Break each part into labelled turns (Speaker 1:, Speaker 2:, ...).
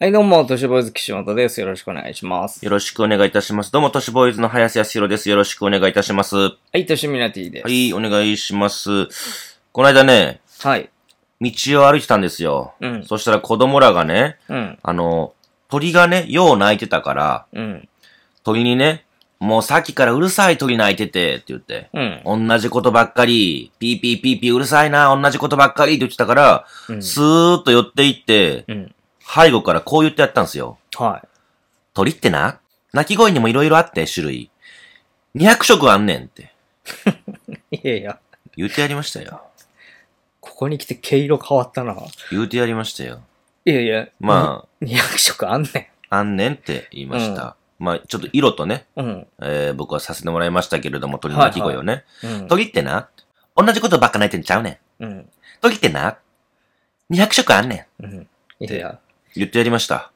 Speaker 1: はい、どうも、都市ボーイズ岸本です。よろしくお願いします。
Speaker 2: よろしくお願いいたします。どうも、都市ボーイズの林康弘です。よろしくお願いいたします。は
Speaker 1: はい、都市ミナティです。
Speaker 2: い、お願いします。この間ね、
Speaker 1: はい。
Speaker 2: 道を歩いてたんですよ。
Speaker 1: うん
Speaker 2: そしたら子供らがね、
Speaker 1: うん。
Speaker 2: あの、鳥がね、よう鳴いてたから、
Speaker 1: うん。
Speaker 2: 鳥にね、もうさっきからうるさい鳥鳴いてて、って言って、
Speaker 1: うん。
Speaker 2: 同じことばっかり、ピーピーピーピーうるさいな、同じことばっかりって言ってたから、
Speaker 1: うん
Speaker 2: スーッと寄っていって、
Speaker 1: うん。
Speaker 2: 背後からこう言ってやったんですよ。
Speaker 1: は
Speaker 2: 鳥ってな、鳴き声にもいろいろあって、種類。200色あんねんって
Speaker 1: い。いやいや、
Speaker 2: 言うてやりましたよ。
Speaker 1: ここに来て毛色変わったな。
Speaker 2: 言うてやりましたよ。
Speaker 1: いやいや、
Speaker 2: ま
Speaker 1: あ。200色あんね
Speaker 2: あ、あんねんって言いました。まあ、ちょっと色とね、
Speaker 1: ん。うん。
Speaker 2: えー僕はさせてもらいましたけれども、鳥の鳴き声をね。
Speaker 1: うん。
Speaker 2: 鳥ってな、同じことばっか鳴いてんちゃうねん。
Speaker 1: うん。
Speaker 2: 鳥ってな、200色あんねん。
Speaker 1: うん。いやいや、
Speaker 2: 言ってやりました。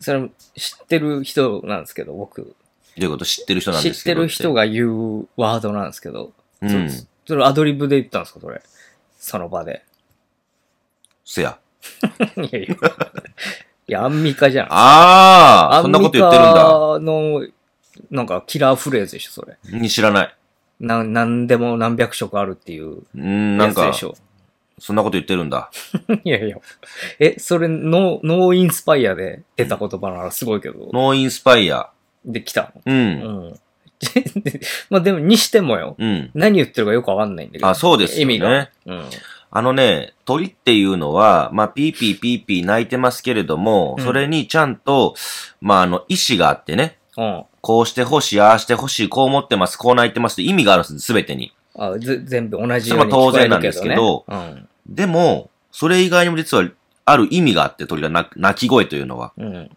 Speaker 1: それ知ってる人なんですけど、僕。
Speaker 2: どういうこと知ってる人なん
Speaker 1: 知
Speaker 2: で
Speaker 1: っ
Speaker 2: す
Speaker 1: て
Speaker 2: けど
Speaker 1: る人
Speaker 2: が。
Speaker 1: が言うワードなんですけど、
Speaker 2: うん。
Speaker 1: そそれアドリブで言ったんですか、それ。その場で。
Speaker 2: せや。
Speaker 1: いやいや。いや、アンミカじゃん。
Speaker 2: あー、そんなこと言ってるんだ。
Speaker 1: アンミカの、なんか、キラーフレーズでしょ、それ。
Speaker 2: に知らない。
Speaker 1: な、なんでも何百色あるっていう
Speaker 2: うん、な
Speaker 1: や
Speaker 2: ん
Speaker 1: つで
Speaker 2: か
Speaker 1: し、ょ。
Speaker 2: そんなこと言ってるんだ。
Speaker 1: いやいや。え、それ、ノー、ノーインスパイアで出た言葉ならすごいけど。
Speaker 2: ノーインスパイア。
Speaker 1: で、来た
Speaker 2: う
Speaker 1: の。
Speaker 2: ん。
Speaker 1: うん。 でまあでも、にしてもよ。
Speaker 2: うん。
Speaker 1: 何言ってるかよくわかんないんだけど。
Speaker 2: あ、そうですよね。
Speaker 1: 意味が。うん。
Speaker 2: あのね、鳥っていうのは、まあ、ピーピーピーピー鳴いてますけれども、
Speaker 1: うん
Speaker 2: それにちゃんと、まあ、あの、意思があってね、
Speaker 1: うん。
Speaker 2: こうしてほしい、ああしてほしい、こう思ってます、こう鳴いてますって意味があるんです、すべてに。
Speaker 1: あぜ全部同じように聞
Speaker 2: それは当
Speaker 1: こえ
Speaker 2: 然な
Speaker 1: る
Speaker 2: ん
Speaker 1: け
Speaker 2: です
Speaker 1: ど、
Speaker 2: け
Speaker 1: ね。
Speaker 2: ど
Speaker 1: うん。
Speaker 2: でも、それ以外にも実は、ある意味があって、鳥は鳴鳴き声というのは。
Speaker 1: うん。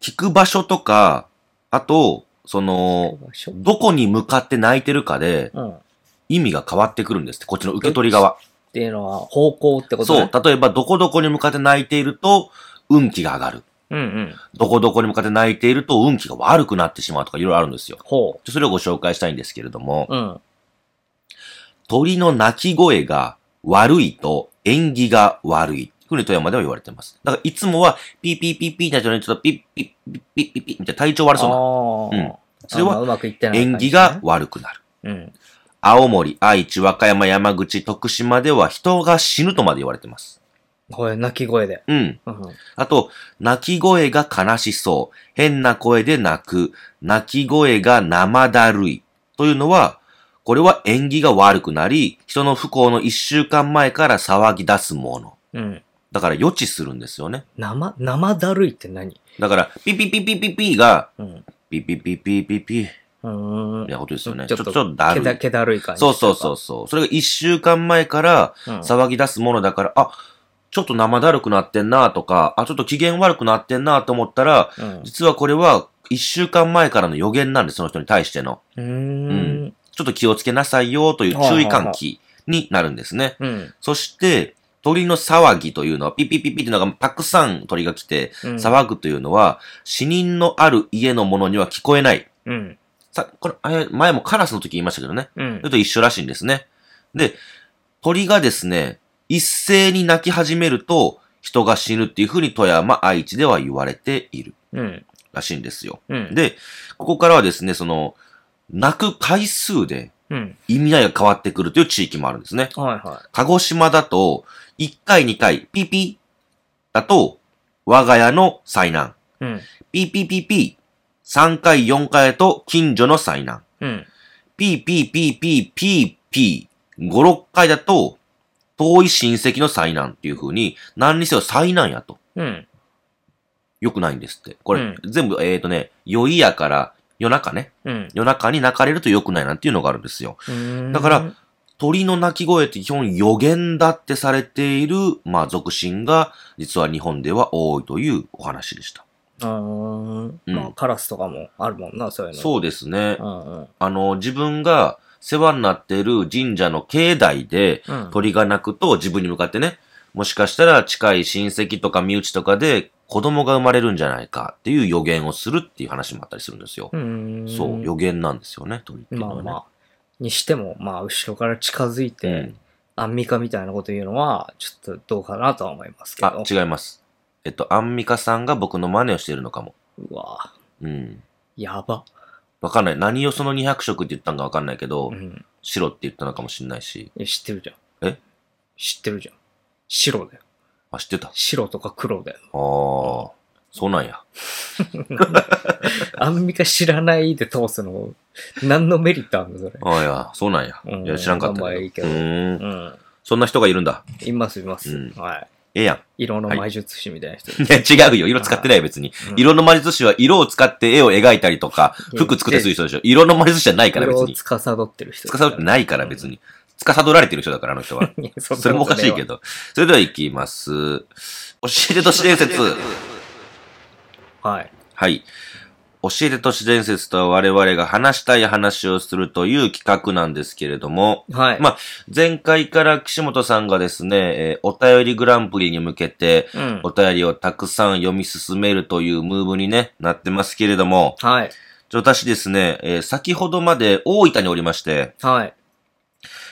Speaker 2: 聞く場所とか、あと、その、どこに向かって鳴いてるかで、
Speaker 1: うん。っ
Speaker 2: 意味が変わってくるんですって、こっちの受け取り側。
Speaker 1: ていうのは、方向ってこと
Speaker 2: そう
Speaker 1: ね。。
Speaker 2: 例えば、どこどこに向かって鳴いていると、運気が上がる。
Speaker 1: う。うんうん。
Speaker 2: どこどこに向かって泣いていると運気が悪くなってしまうとかいろいろあるんですよ。
Speaker 1: ほ
Speaker 2: それをご紹介したいんですけれども、
Speaker 1: う。うん。
Speaker 2: 鳥の鳴き声が悪いと縁起が悪い。ふうに富山では言われてます。だからいつもはピーピーピーピーな人にちょっとピッピッピッピッピッピッみたいな体調悪そうな。
Speaker 1: あー
Speaker 2: うんそれは
Speaker 1: あんまうまくいってない
Speaker 2: 縁
Speaker 1: 感じ
Speaker 2: 起
Speaker 1: ね
Speaker 2: が。悪くなる。
Speaker 1: うん。
Speaker 2: 青森、愛知、和歌山、山口、徳島では人が死ぬとまで言われてます。
Speaker 1: これ、泣き声で。
Speaker 2: うん。
Speaker 1: うん。
Speaker 2: あと、泣き声が悲しそう。変な声で泣く。泣き声が生だるい。というのは、これは縁起が悪くなり、人の不幸の一週間前から騒ぎ出すもの。
Speaker 1: うん。
Speaker 2: だから予知するんですよね。
Speaker 1: 生、生だるいって何
Speaker 2: だから、ピピピピピピが、
Speaker 1: うん。
Speaker 2: ピピピピピピ、み
Speaker 1: うーん。
Speaker 2: たいなことですよね。
Speaker 1: ち
Speaker 2: ち
Speaker 1: ょ
Speaker 2: ょ
Speaker 1: っと
Speaker 2: っと、ちょっとだ
Speaker 1: けだ、
Speaker 2: るい。
Speaker 1: けだるい感じ。
Speaker 2: そうそうそうそう。それが一週間前から
Speaker 1: うん。
Speaker 2: 騒ぎ出すものだから、あ、ちょっと生だるくなってんなとか、あ、ちょっと機嫌悪くなってんなと思ったら、
Speaker 1: うん。
Speaker 2: 実はこれは一週間前からの予言なんです、その人に対しての。
Speaker 1: うーん。
Speaker 2: ちょっと気をつけなさいよという注意喚起になるんですね。
Speaker 1: うん。
Speaker 2: そして、鳥の騒ぎというのは、ピピピピっていうのがたくさん鳥が来て、
Speaker 1: うん
Speaker 2: 騒ぐというのは、死人のある家のものには聞こえない。
Speaker 1: うん。
Speaker 2: さ、これ、あれ前もカラスの時言いましたけどね。
Speaker 1: うん
Speaker 2: それ。と一緒らしいんですね。で、鳥がですね、一斉に鳴き始めると、人が死ぬっていうふうに富山、愛知では言われている
Speaker 1: うん。
Speaker 2: らしいんですよ。
Speaker 1: うん。
Speaker 2: で、ここからはですね、その、泣く回数で
Speaker 1: うん。
Speaker 2: 意味合いが変わってくるという地域もあるんですね。
Speaker 1: はいは
Speaker 2: 鹿児島だと、1回2回、ピーピーだと、我が家の災難。
Speaker 1: い。うん。
Speaker 2: ピーピーピーピー、3回4回と近所の災難。
Speaker 1: うん。
Speaker 2: ピーピーピーピーピーピー、5、6回だと、遠い親戚の災難っていう風に、何にせよ災難やと。
Speaker 1: うん。
Speaker 2: 良くないんですって。これ、
Speaker 1: う
Speaker 2: 全部、えーとね、宵夜から夜中ね。
Speaker 1: うん。
Speaker 2: 夜中に泣かれると良くないなんていうのがあるんですよ。
Speaker 1: うん
Speaker 2: だから、鳥の鳴き声って基本予言だってされている、まあ、俗信が実は日本では多いというお話でした。
Speaker 1: うーん。
Speaker 2: うん
Speaker 1: まあ、カラスとかもあるもんな、そういうの。
Speaker 2: そうですね
Speaker 1: う。んうん。
Speaker 2: あの、自分が世話になっている神社の境内で
Speaker 1: うん。
Speaker 2: 鳥が鳴くと自分に向かってね、もしかしたら近い親戚とか身内とかで子供が生まれるんじゃないかっていう予言をするっていう話もあったりするんですよ
Speaker 1: う。ーん。
Speaker 2: そう、予言なんですよね、鳥っていうの
Speaker 1: まあ
Speaker 2: はね。
Speaker 1: まあ。にしても、まあ、後ろから近づいて、
Speaker 2: うん
Speaker 1: アンミカみたいなこと言うのは、ちょっとどうかなとは思いますけ
Speaker 2: あ
Speaker 1: ど。、
Speaker 2: 違います。えっと、アンミカさんが僕の真似をしてるのかも。
Speaker 1: うわ
Speaker 2: うん。
Speaker 1: やば。
Speaker 2: わかんない。何をその200色って言ったんかわかんないけど、
Speaker 1: うん。
Speaker 2: 白って言ったのかもしんないし。
Speaker 1: え、知ってるじゃん。
Speaker 2: え
Speaker 1: 知ってるじゃん。白だよ。
Speaker 2: あ、知ってた。あ
Speaker 1: 白とか黒だよ。
Speaker 2: あー、そうなんや。
Speaker 1: アンミカ知らないで通すの、何のメリットあるのそれ。
Speaker 2: ああ、いや、そうなんや。
Speaker 1: うん
Speaker 2: いや、知らんかった
Speaker 1: まあまあいいけ
Speaker 2: う
Speaker 1: ど
Speaker 2: ーん。
Speaker 1: うん。
Speaker 2: そんな人がいるんだ。
Speaker 1: います、います。
Speaker 2: うん
Speaker 1: はい。
Speaker 2: ええやん。
Speaker 1: 色の魔術師みたいな人。
Speaker 2: いや、違うよ。色使ってないよ、別に。
Speaker 1: うん
Speaker 2: 色の魔術師は色を使って絵を描いたりとか、
Speaker 1: うん
Speaker 2: 服作ってする人でしょ。色の魔術師じゃないから、別
Speaker 1: 色を
Speaker 2: に。
Speaker 1: 司ってる人。
Speaker 2: 司ってないから、別に。司られてる人だから、あの人は。
Speaker 1: いや。そんな
Speaker 2: それもおかしいけ
Speaker 1: こ
Speaker 2: ど。それでは行きます。教えて都市伝説。
Speaker 1: とないわ。はい。
Speaker 2: はい。教えて都市伝説とは我々が話したい話をするという企画なんですけれども、
Speaker 1: はい。
Speaker 2: まあ、前回から岸本さんがですね、えーお便りグランプリに向けて、
Speaker 1: うん
Speaker 2: お。便りをたくさん読み進めるというムーブにね、なってますけれども、
Speaker 1: はい。
Speaker 2: ちょ私ですね、えー先ほどまで大分におりまして、
Speaker 1: はい。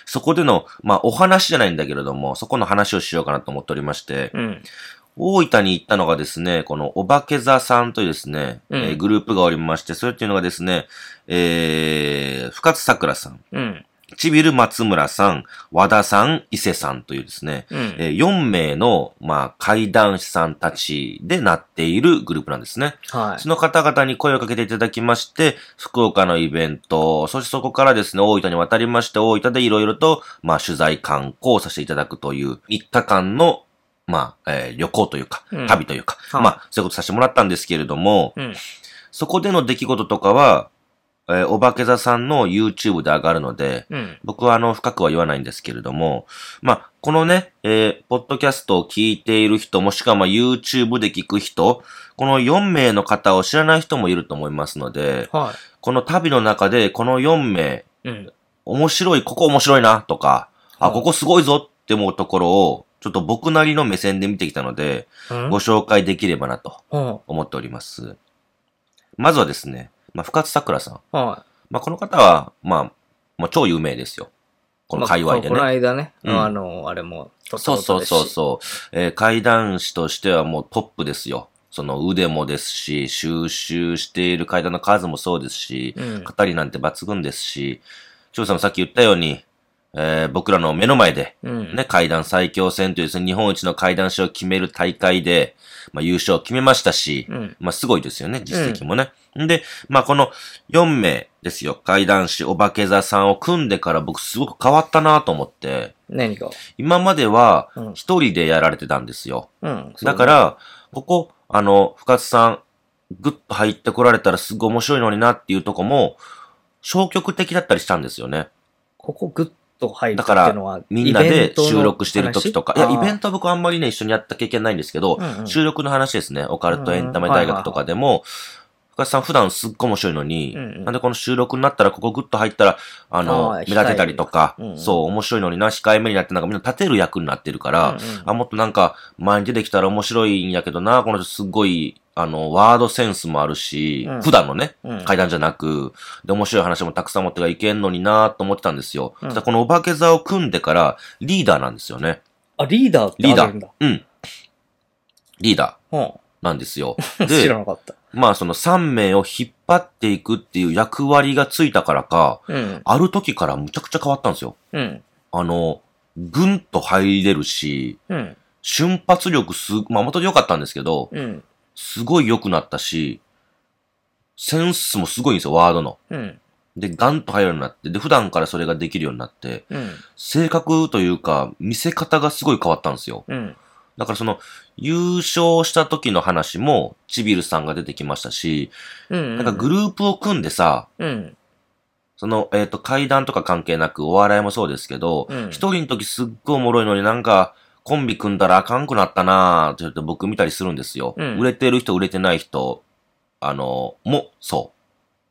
Speaker 2: そこでの、まあ、お話じゃないんだけれども、そこの話をしようかなと思っておりまして、
Speaker 1: うん。
Speaker 2: 大分に行ったのがですね、このおばけ座さんというですね、
Speaker 1: うん
Speaker 2: えーグループがおりまして、それっていうのがですね、えー、深津桜さん、
Speaker 1: うん。
Speaker 2: ちびる松村さん、和田さん、伊勢さんというですね、
Speaker 1: うん。
Speaker 2: え4名の、まあ、怪談師さんたちでなっているグループなんですね。
Speaker 1: は
Speaker 2: その方々に声をかけていただきまして、福岡のイベント、そしてそこからですね、大分に渡りまして、大分でいろいろと、まあ、取材観光をさせていただくという、3日間の、まあ、えー旅行というか
Speaker 1: うん、
Speaker 2: 旅というか、
Speaker 1: はい
Speaker 2: まあ、そういうことさせてもらったんですけれども、
Speaker 1: い。うん。
Speaker 2: そこでの出来事とかは、えーおばけ座さんの YouTube で上がるので、
Speaker 1: うん。
Speaker 2: 僕はあの、深くは言わないんですけれども、まあ、このね、えーポッドキャストを聞いている人、もしくはまあ YouTube で聞く人、この4名の方を知らない人もいると思いますので、
Speaker 1: は
Speaker 2: この旅の中でこの4名、
Speaker 1: い。うん。
Speaker 2: 面白い、ここ面白いな、とか、あ、
Speaker 1: はい
Speaker 2: ここすごいぞって思うところを、ちょっと僕なりの目線で見てきたので、
Speaker 1: うん
Speaker 2: ご紹介できればなと
Speaker 1: は
Speaker 2: 思っております。まずはですね、まあ、深津桜さん。
Speaker 1: い。は
Speaker 2: まあ、この方は、まあ、まあ、超有名ですよ。
Speaker 1: い。
Speaker 2: この界隈でね。
Speaker 1: まあこの間ね、
Speaker 2: うん
Speaker 1: あの、あれも、
Speaker 2: そうそうそう
Speaker 1: う。
Speaker 2: そう。えー、怪談師としてはもうトップですよ。その腕もですし、収集している怪談の数もそうですし、
Speaker 1: うん。
Speaker 2: 語りなんて抜群ですし、長さんもさっき言ったように、えー僕らの目の前で、
Speaker 1: うん。
Speaker 2: ね、怪談最強戦というですね、日本一の怪談師を決める大会で、まあ優勝を決めましたし、
Speaker 1: うん。
Speaker 2: まあすごいですよね、実績もね。ん、で、まあこの4名ですよ、怪談師、お化け座さんを組んでから僕すごく変わったなと思って、
Speaker 1: 何か。
Speaker 2: 今までは
Speaker 1: うん
Speaker 2: 一人でやられてたんですよ。
Speaker 1: うん。
Speaker 2: だから、ここ、あの、深津さん、ぐっと入ってこられたらすごい面白いのになっていうとこも、消極的だったりしたんですよね。
Speaker 1: ここグッと入る
Speaker 2: だ
Speaker 1: って
Speaker 2: か
Speaker 1: いう
Speaker 2: ら
Speaker 1: のは、、
Speaker 2: みんなで収録してる時とか。いや、イベン
Speaker 1: ト
Speaker 2: トは僕あんまりね、一緒にやった経験ないんですけど、
Speaker 1: の話あーうんうん
Speaker 2: 収録の話ですね。オカルトエンタメ
Speaker 1: うんうん
Speaker 2: 大学とかでも、深津さん普段すっごい面白いのに、
Speaker 1: うんうん
Speaker 2: なんでこの収録になったらここグッと入ったら、あの、
Speaker 1: あー
Speaker 2: 目立てたりとか、
Speaker 1: 控えめにうん
Speaker 2: そう、面白いのにな、控えめになってなんかみんな立てる役になってるから、
Speaker 1: うんうん
Speaker 2: あ、もっとなんか、前に出てきたら面白いんやけどな、この人すっごい、あの、ワードセンスもあるし、
Speaker 1: うん
Speaker 2: 普段のね、
Speaker 1: うん
Speaker 2: 階段じゃなく、で、面白い話もたくさん持ってがいけんのになと思ってたんですよ。
Speaker 1: うん
Speaker 2: ただこのお化け座を組んでから、リーダーなんですよね。
Speaker 1: あ、リーダーってあるんだ。
Speaker 2: うん。リーダー
Speaker 1: うん。
Speaker 2: なんですよ。
Speaker 1: 知
Speaker 2: で
Speaker 1: ら、なかった。
Speaker 2: まあその3名を引っ張っていくっていう役割がついたからか、
Speaker 1: うん。
Speaker 2: ある時からむちゃくちゃ変わったんですよ。
Speaker 1: うん。
Speaker 2: あの、ぐんと入れるし、
Speaker 1: うん。
Speaker 2: 瞬発力す、まあ元々良かったんですけど、
Speaker 1: うん。
Speaker 2: すごい良くなったし、センスもすごいんですよ、ワードの。
Speaker 1: うん。
Speaker 2: で、ガンと入るようになって、で、普段からそれができるようになって、
Speaker 1: うん。
Speaker 2: 性格というか、見せ方がすごい変わったんですよ。
Speaker 1: うん。
Speaker 2: だからその、優勝した時の話も、ちびるさんが出てきましたし、
Speaker 1: うん。
Speaker 2: なんかグループを組んでさ、
Speaker 1: うん。
Speaker 2: その、えっ、と、階段とか関係なく、お笑いもそうですけど
Speaker 1: うん、
Speaker 2: 一、人の時すっごいおもろいのになんか、コンビ組んだらあかんくなったなぁ、って言って僕見たりするんですよ、
Speaker 1: うん
Speaker 2: 売れてる人、売れてない人、あの、も、そう。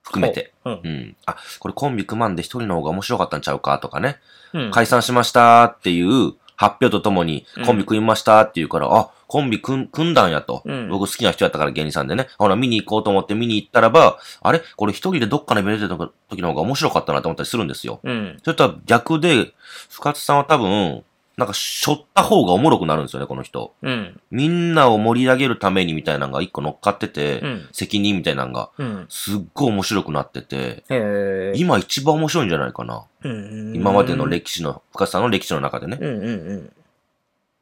Speaker 2: 含めて。
Speaker 1: うん。
Speaker 2: うん。あ、これコンビ組まんで一人の方が面白かったんちゃうかとかね。
Speaker 1: うん。
Speaker 2: 解散しましたっていう発表とともに
Speaker 1: うん、
Speaker 2: コンビ組みましたっていうから、あ、コンビ組ん組んだんやと、
Speaker 1: うん
Speaker 2: 僕好きな人やったから芸人さんでね。ほら、見に行こうと思って見に行ったらば、あれこれ一人でどっかのイベントの時の方が面白かったなと思ったりするんですよ。
Speaker 1: うん。
Speaker 2: それとは逆で、深津さんは多分、なんか、しょった方がおもろくなるんですよね、この人。
Speaker 1: うん。
Speaker 2: みんなを盛り上げるためにみたいなのが一個乗っかってて、
Speaker 1: うん。
Speaker 2: 責任みたいなのが、
Speaker 1: うん。
Speaker 2: すっごい面白くなってて、
Speaker 1: えー
Speaker 2: 今一番面白いんじゃないかな。
Speaker 1: うん
Speaker 2: 今までの歴史の、深さんの歴史の中でね。
Speaker 1: うんうんうん。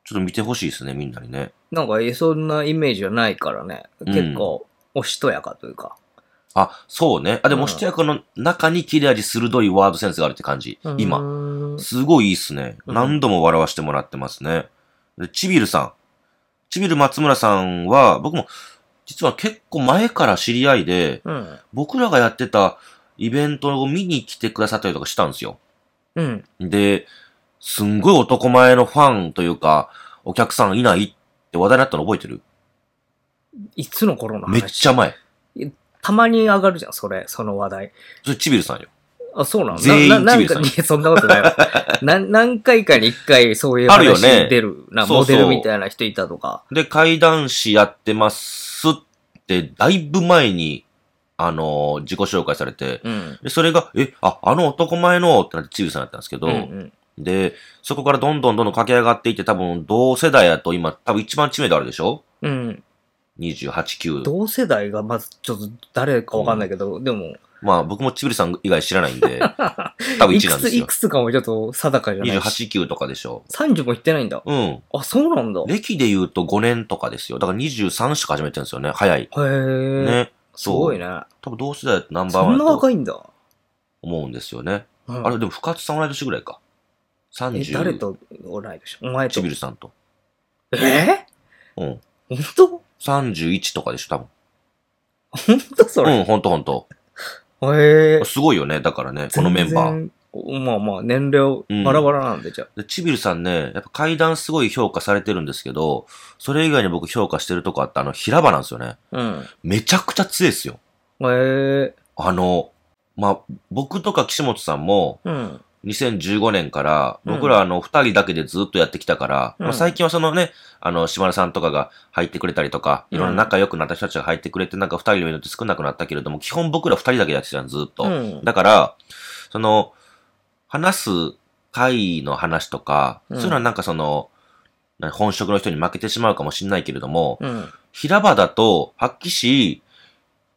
Speaker 2: ちょっと見てほしいですね、みんなにね。
Speaker 1: なんか、えそんなイメージはないからね。結構、おしとやかというか。
Speaker 2: あ、そうね。あ、で
Speaker 1: う
Speaker 2: も、
Speaker 1: ん
Speaker 2: してやかの中に切れ味鋭いワードセンスがあるって感じ。今。
Speaker 1: 今。
Speaker 2: すごいいいっすね。
Speaker 1: うん
Speaker 2: 何度も笑わせてもらってますね。でちびるさん。ちびる松村さんは、僕も、実は結構前から知り合いで、
Speaker 1: うん。
Speaker 2: 僕らがやってたイベントを見に来てくださったりとかしたんですよ。
Speaker 1: うん。
Speaker 2: で、すんごい男前のファンというか、お客さんいないって話題になったの覚えてる
Speaker 1: いつの頃の話
Speaker 2: めっちゃ前。
Speaker 1: たまに上がるじゃん、それ、その話題。
Speaker 2: それちびるさんよ。
Speaker 1: あ、そうなの
Speaker 2: 全員
Speaker 1: なななん
Speaker 2: ちびるさ
Speaker 1: か、
Speaker 2: ん
Speaker 1: いやそんなことない わな何回かに一回そういう
Speaker 2: あるよ
Speaker 1: 話
Speaker 2: ね
Speaker 1: 出るな、
Speaker 2: そう
Speaker 1: モ
Speaker 2: そう
Speaker 1: デルみたいな人いたとか。
Speaker 2: で、怪談師やってますって、だいぶ前に、あのー自己紹介されて、
Speaker 1: うん。
Speaker 2: で、それが、え、あ、あの男前のってなってちびさんだったんですけど、
Speaker 1: うんうん
Speaker 2: で、そこからどんどんどんどん駆け上がっていって、多分同世代やと今、多分一番知名度あるでしょ
Speaker 1: うん。
Speaker 2: ?28、9。
Speaker 1: 同世代が、まず、ちょっと誰かわかんないけど、でも、
Speaker 2: まあ僕もちびさん以外知らないん で、多分
Speaker 1: い
Speaker 2: 1なん
Speaker 1: くつ、
Speaker 2: です
Speaker 1: い
Speaker 2: よ
Speaker 1: く。つかもちょっと定かじゃないし。
Speaker 2: 28、9とかでしょ
Speaker 1: 30も行ってないんだ。
Speaker 2: うん。
Speaker 1: あ、そうなんだ。へ
Speaker 2: 歴で言うと5年とかですよ。だから23しか始めてるんですよね。早い。
Speaker 1: え。
Speaker 2: ね。
Speaker 1: すごい
Speaker 2: ね。
Speaker 1: ね。
Speaker 2: 多分同世代だとナンバー
Speaker 1: そ
Speaker 2: ワン
Speaker 1: ん
Speaker 2: だ
Speaker 1: な
Speaker 2: と
Speaker 1: 若いんだ。
Speaker 2: 思うんですよね。
Speaker 1: うん
Speaker 2: あれ、でも深津さん同い年ぐらいか。
Speaker 1: え、
Speaker 2: 30。
Speaker 1: 誰と同い年お前
Speaker 2: ち
Speaker 1: と
Speaker 2: び。るさんと。
Speaker 1: え
Speaker 2: うん。
Speaker 1: 本当
Speaker 2: 31とかでしょ、多分。
Speaker 1: 本当それ。
Speaker 2: うん、ほんとほんと。
Speaker 1: へえ。
Speaker 2: すごいよね、だからね、このメンバー。
Speaker 1: 全然。まあまあ、年齢バラバラなんで、じゃあ
Speaker 2: でちびるさんね、やっぱ階段すごい評価されてるんですけど、それ以外に僕評価してるとこあったあの平場なんですよね。
Speaker 1: うん。
Speaker 2: めちゃくちゃ強いですよ。
Speaker 1: へえ。
Speaker 2: あの、まあ、僕とか岸本さんも
Speaker 1: うん。
Speaker 2: 2015年から、
Speaker 1: うん
Speaker 2: 僕らあの二人だけでずっとやってきたから、
Speaker 1: うん
Speaker 2: まあ最近はそのね、あの、島田さんとかが入ってくれたりとか、いろんな仲良くなった人たちが入ってくれて、なんか二人のって少なくなったけれども、基本僕ら二人だけでやってたんずっと。
Speaker 1: うん。
Speaker 2: だから、その、話す会の話とか、
Speaker 1: うん
Speaker 2: そういうのはなんかその、な本職の人に負けてしまうかもしれないけれども、
Speaker 1: うん。
Speaker 2: 平場だと、はっきし、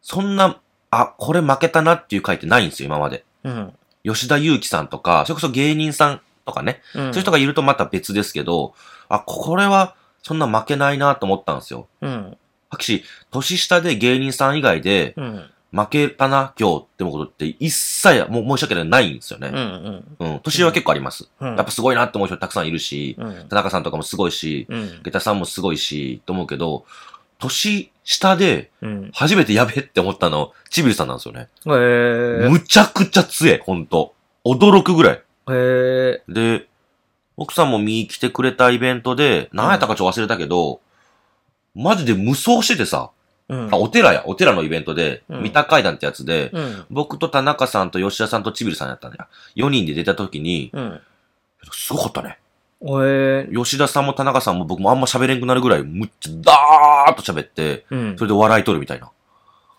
Speaker 2: そんな、あ、これ負けたなっていう回ってないんですよ、今まで。
Speaker 1: うん。
Speaker 2: 吉田祐希さんとか、それこそ芸人さんとかね、
Speaker 1: そうい
Speaker 2: そういう人がいるとまた別ですけど、あ、これはそんな負けないなと思ったんですよ。
Speaker 1: うん。
Speaker 2: はっきし、年下で芸人さん以外で、
Speaker 1: うん。
Speaker 2: 負けたな、今日ってことって一切、もう申し訳ないないんですよね。
Speaker 1: うん。うん。
Speaker 2: うん。年は結構あります。
Speaker 1: うん。
Speaker 2: やっぱすごいなって思う人たくさんいるし、
Speaker 1: うん
Speaker 2: 田中さんとかもすごいし、
Speaker 1: うん。
Speaker 2: 下田さんもすごいし、と思うけど、年下で
Speaker 1: うん。
Speaker 2: 初めてやべえって思ったの、ちびるさんなんですよね。
Speaker 1: へえ。
Speaker 2: むちゃくちゃ強い、ほんと。驚くぐらい。
Speaker 1: へえ。
Speaker 2: で、奥さんも見に来てくれたイベントで、何やったかちょっと忘れたけど、マジで無双しててさ、
Speaker 1: うん
Speaker 2: あ、。お寺や、お寺のイベントで、
Speaker 1: うん
Speaker 2: 三田階段ってやつで、
Speaker 1: うん。
Speaker 2: 僕と田中さんと吉田さんとちびるさんやったんだよ。4人で出た時に、
Speaker 1: うん。
Speaker 2: すごかったね。
Speaker 1: へえ。
Speaker 2: 吉田さんも田中さんも僕もあんま喋れんくなるぐらい、むっちゃダーッと喋って、
Speaker 1: うん
Speaker 2: そ。れで笑い取るみたいな。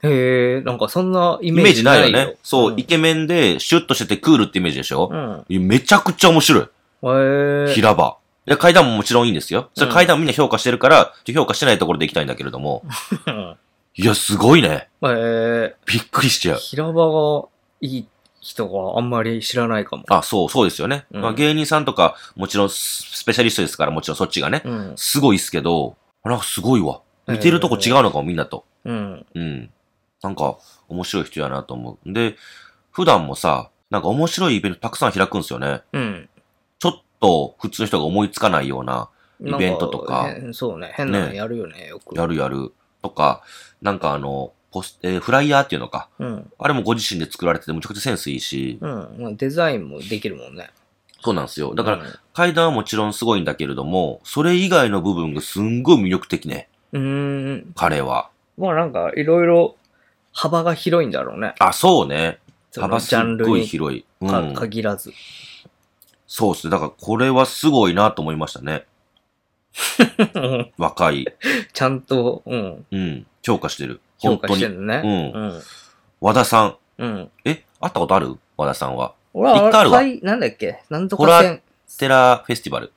Speaker 1: へえ。なんかそんなイ
Speaker 2: イ
Speaker 1: メ
Speaker 2: メ
Speaker 1: ー
Speaker 2: ー
Speaker 1: ジ
Speaker 2: ジ
Speaker 1: な
Speaker 2: ないい
Speaker 1: よ。
Speaker 2: よね。そう、
Speaker 1: ん
Speaker 2: イケメンで、シュッとしててクールってイメージでしょ、
Speaker 1: うん。
Speaker 2: めちゃくちゃ面白い。
Speaker 1: へえ。
Speaker 2: 平場。いや、階段ももちろんいいんですよ。それ
Speaker 1: うん
Speaker 2: 階段みんな評価してるから、評価してないところで行きたいんだけれども。
Speaker 1: うん
Speaker 2: いや、すごいね。
Speaker 1: へえ。
Speaker 2: びっくりしちゃう。
Speaker 1: 平場がいい人があんまり知らないかも。
Speaker 2: あ、そう、そうですよね。
Speaker 1: うん
Speaker 2: まあ、芸人さんとか、もちろんススペシャリストですから、もちろんそっちがね。
Speaker 1: うん。
Speaker 2: すごいっすけど、なんかすごいわ。似てるとこ違うのかも、みんなと。
Speaker 1: うん。
Speaker 2: うん。なんか、面白い人やなと思う。で、普段もさ、なんか面白いイベントたくさん開くんですよね。
Speaker 1: うん。
Speaker 2: ちょっと普通の人が思いつかないような、
Speaker 1: イ
Speaker 2: ベントとか
Speaker 1: そうね。変なの
Speaker 2: ね
Speaker 1: やるよね、よく。
Speaker 2: やるやるとか、なんかあの、ポス、えーフライヤーっていうのか。
Speaker 1: うん。
Speaker 2: あれもご自身で作られてて、むちゃくちゃセンスいいし、
Speaker 1: うん。まあデザインもできるもんね。
Speaker 2: そうなんですよ。だから、
Speaker 1: ら、
Speaker 2: 階段はもちろんすごいんだけれども、それ以外の部分がすんごい魅力的ね。
Speaker 1: うーん。
Speaker 2: 彼は。
Speaker 1: まあなんか、いろいろ幅が広いんだろうね。
Speaker 2: あ、そうね。
Speaker 1: その
Speaker 2: 幅す
Speaker 1: ジャン
Speaker 2: っ
Speaker 1: ル
Speaker 2: ごい
Speaker 1: に
Speaker 2: 広い。う
Speaker 1: か
Speaker 2: ん。
Speaker 1: 限らず。
Speaker 2: そうっすね。だからこれはすごいなと思いまし たね。若い。
Speaker 1: ちゃんと、うん。
Speaker 2: うん。評価してる。
Speaker 1: 評
Speaker 2: 本
Speaker 1: 価
Speaker 2: 当
Speaker 1: して
Speaker 2: に。
Speaker 1: るのね。
Speaker 2: うん
Speaker 1: ん。
Speaker 2: 和田さん。
Speaker 1: うん。
Speaker 2: え会ったことある和田さんは。
Speaker 1: 俺
Speaker 2: 一
Speaker 1: は、
Speaker 2: 回あるわ
Speaker 1: はい、なんだっけなんと
Speaker 2: ホラ
Speaker 1: か
Speaker 2: ー
Speaker 1: 戦。
Speaker 2: ステラフェスティバル。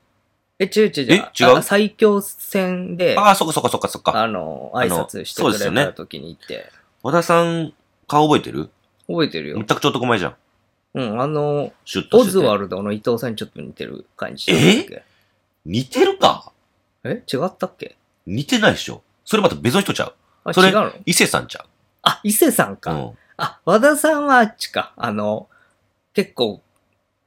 Speaker 1: え、違う違う違う。
Speaker 2: え違う
Speaker 1: あ最強戦で、
Speaker 2: ああ、そっかそっかそっかそっか。
Speaker 1: あの、
Speaker 2: あ
Speaker 1: 挨
Speaker 2: の
Speaker 1: 拶して
Speaker 2: そうですよ
Speaker 1: く
Speaker 2: ね
Speaker 1: れた時に行って、
Speaker 2: 和田さん、顔覚えてる
Speaker 1: 覚えてるよ
Speaker 2: 全。くちょっとこ前じゃん。
Speaker 1: うん、あの、
Speaker 2: シュッと
Speaker 1: オ
Speaker 2: して
Speaker 1: ズ
Speaker 2: て。
Speaker 1: ワルドの伊藤さんにちょっと似てる感じだったっけ
Speaker 2: 似てるか
Speaker 1: え違ったっけ
Speaker 2: 似てないでしょ。それまた別の人ちゃう。
Speaker 1: あ、
Speaker 2: それ
Speaker 1: 違うの
Speaker 2: 伊勢さんちゃ
Speaker 1: あ、伊勢さん
Speaker 2: う。
Speaker 1: か、
Speaker 2: うん。
Speaker 1: あ、和田さんはあっちか。あの、結構、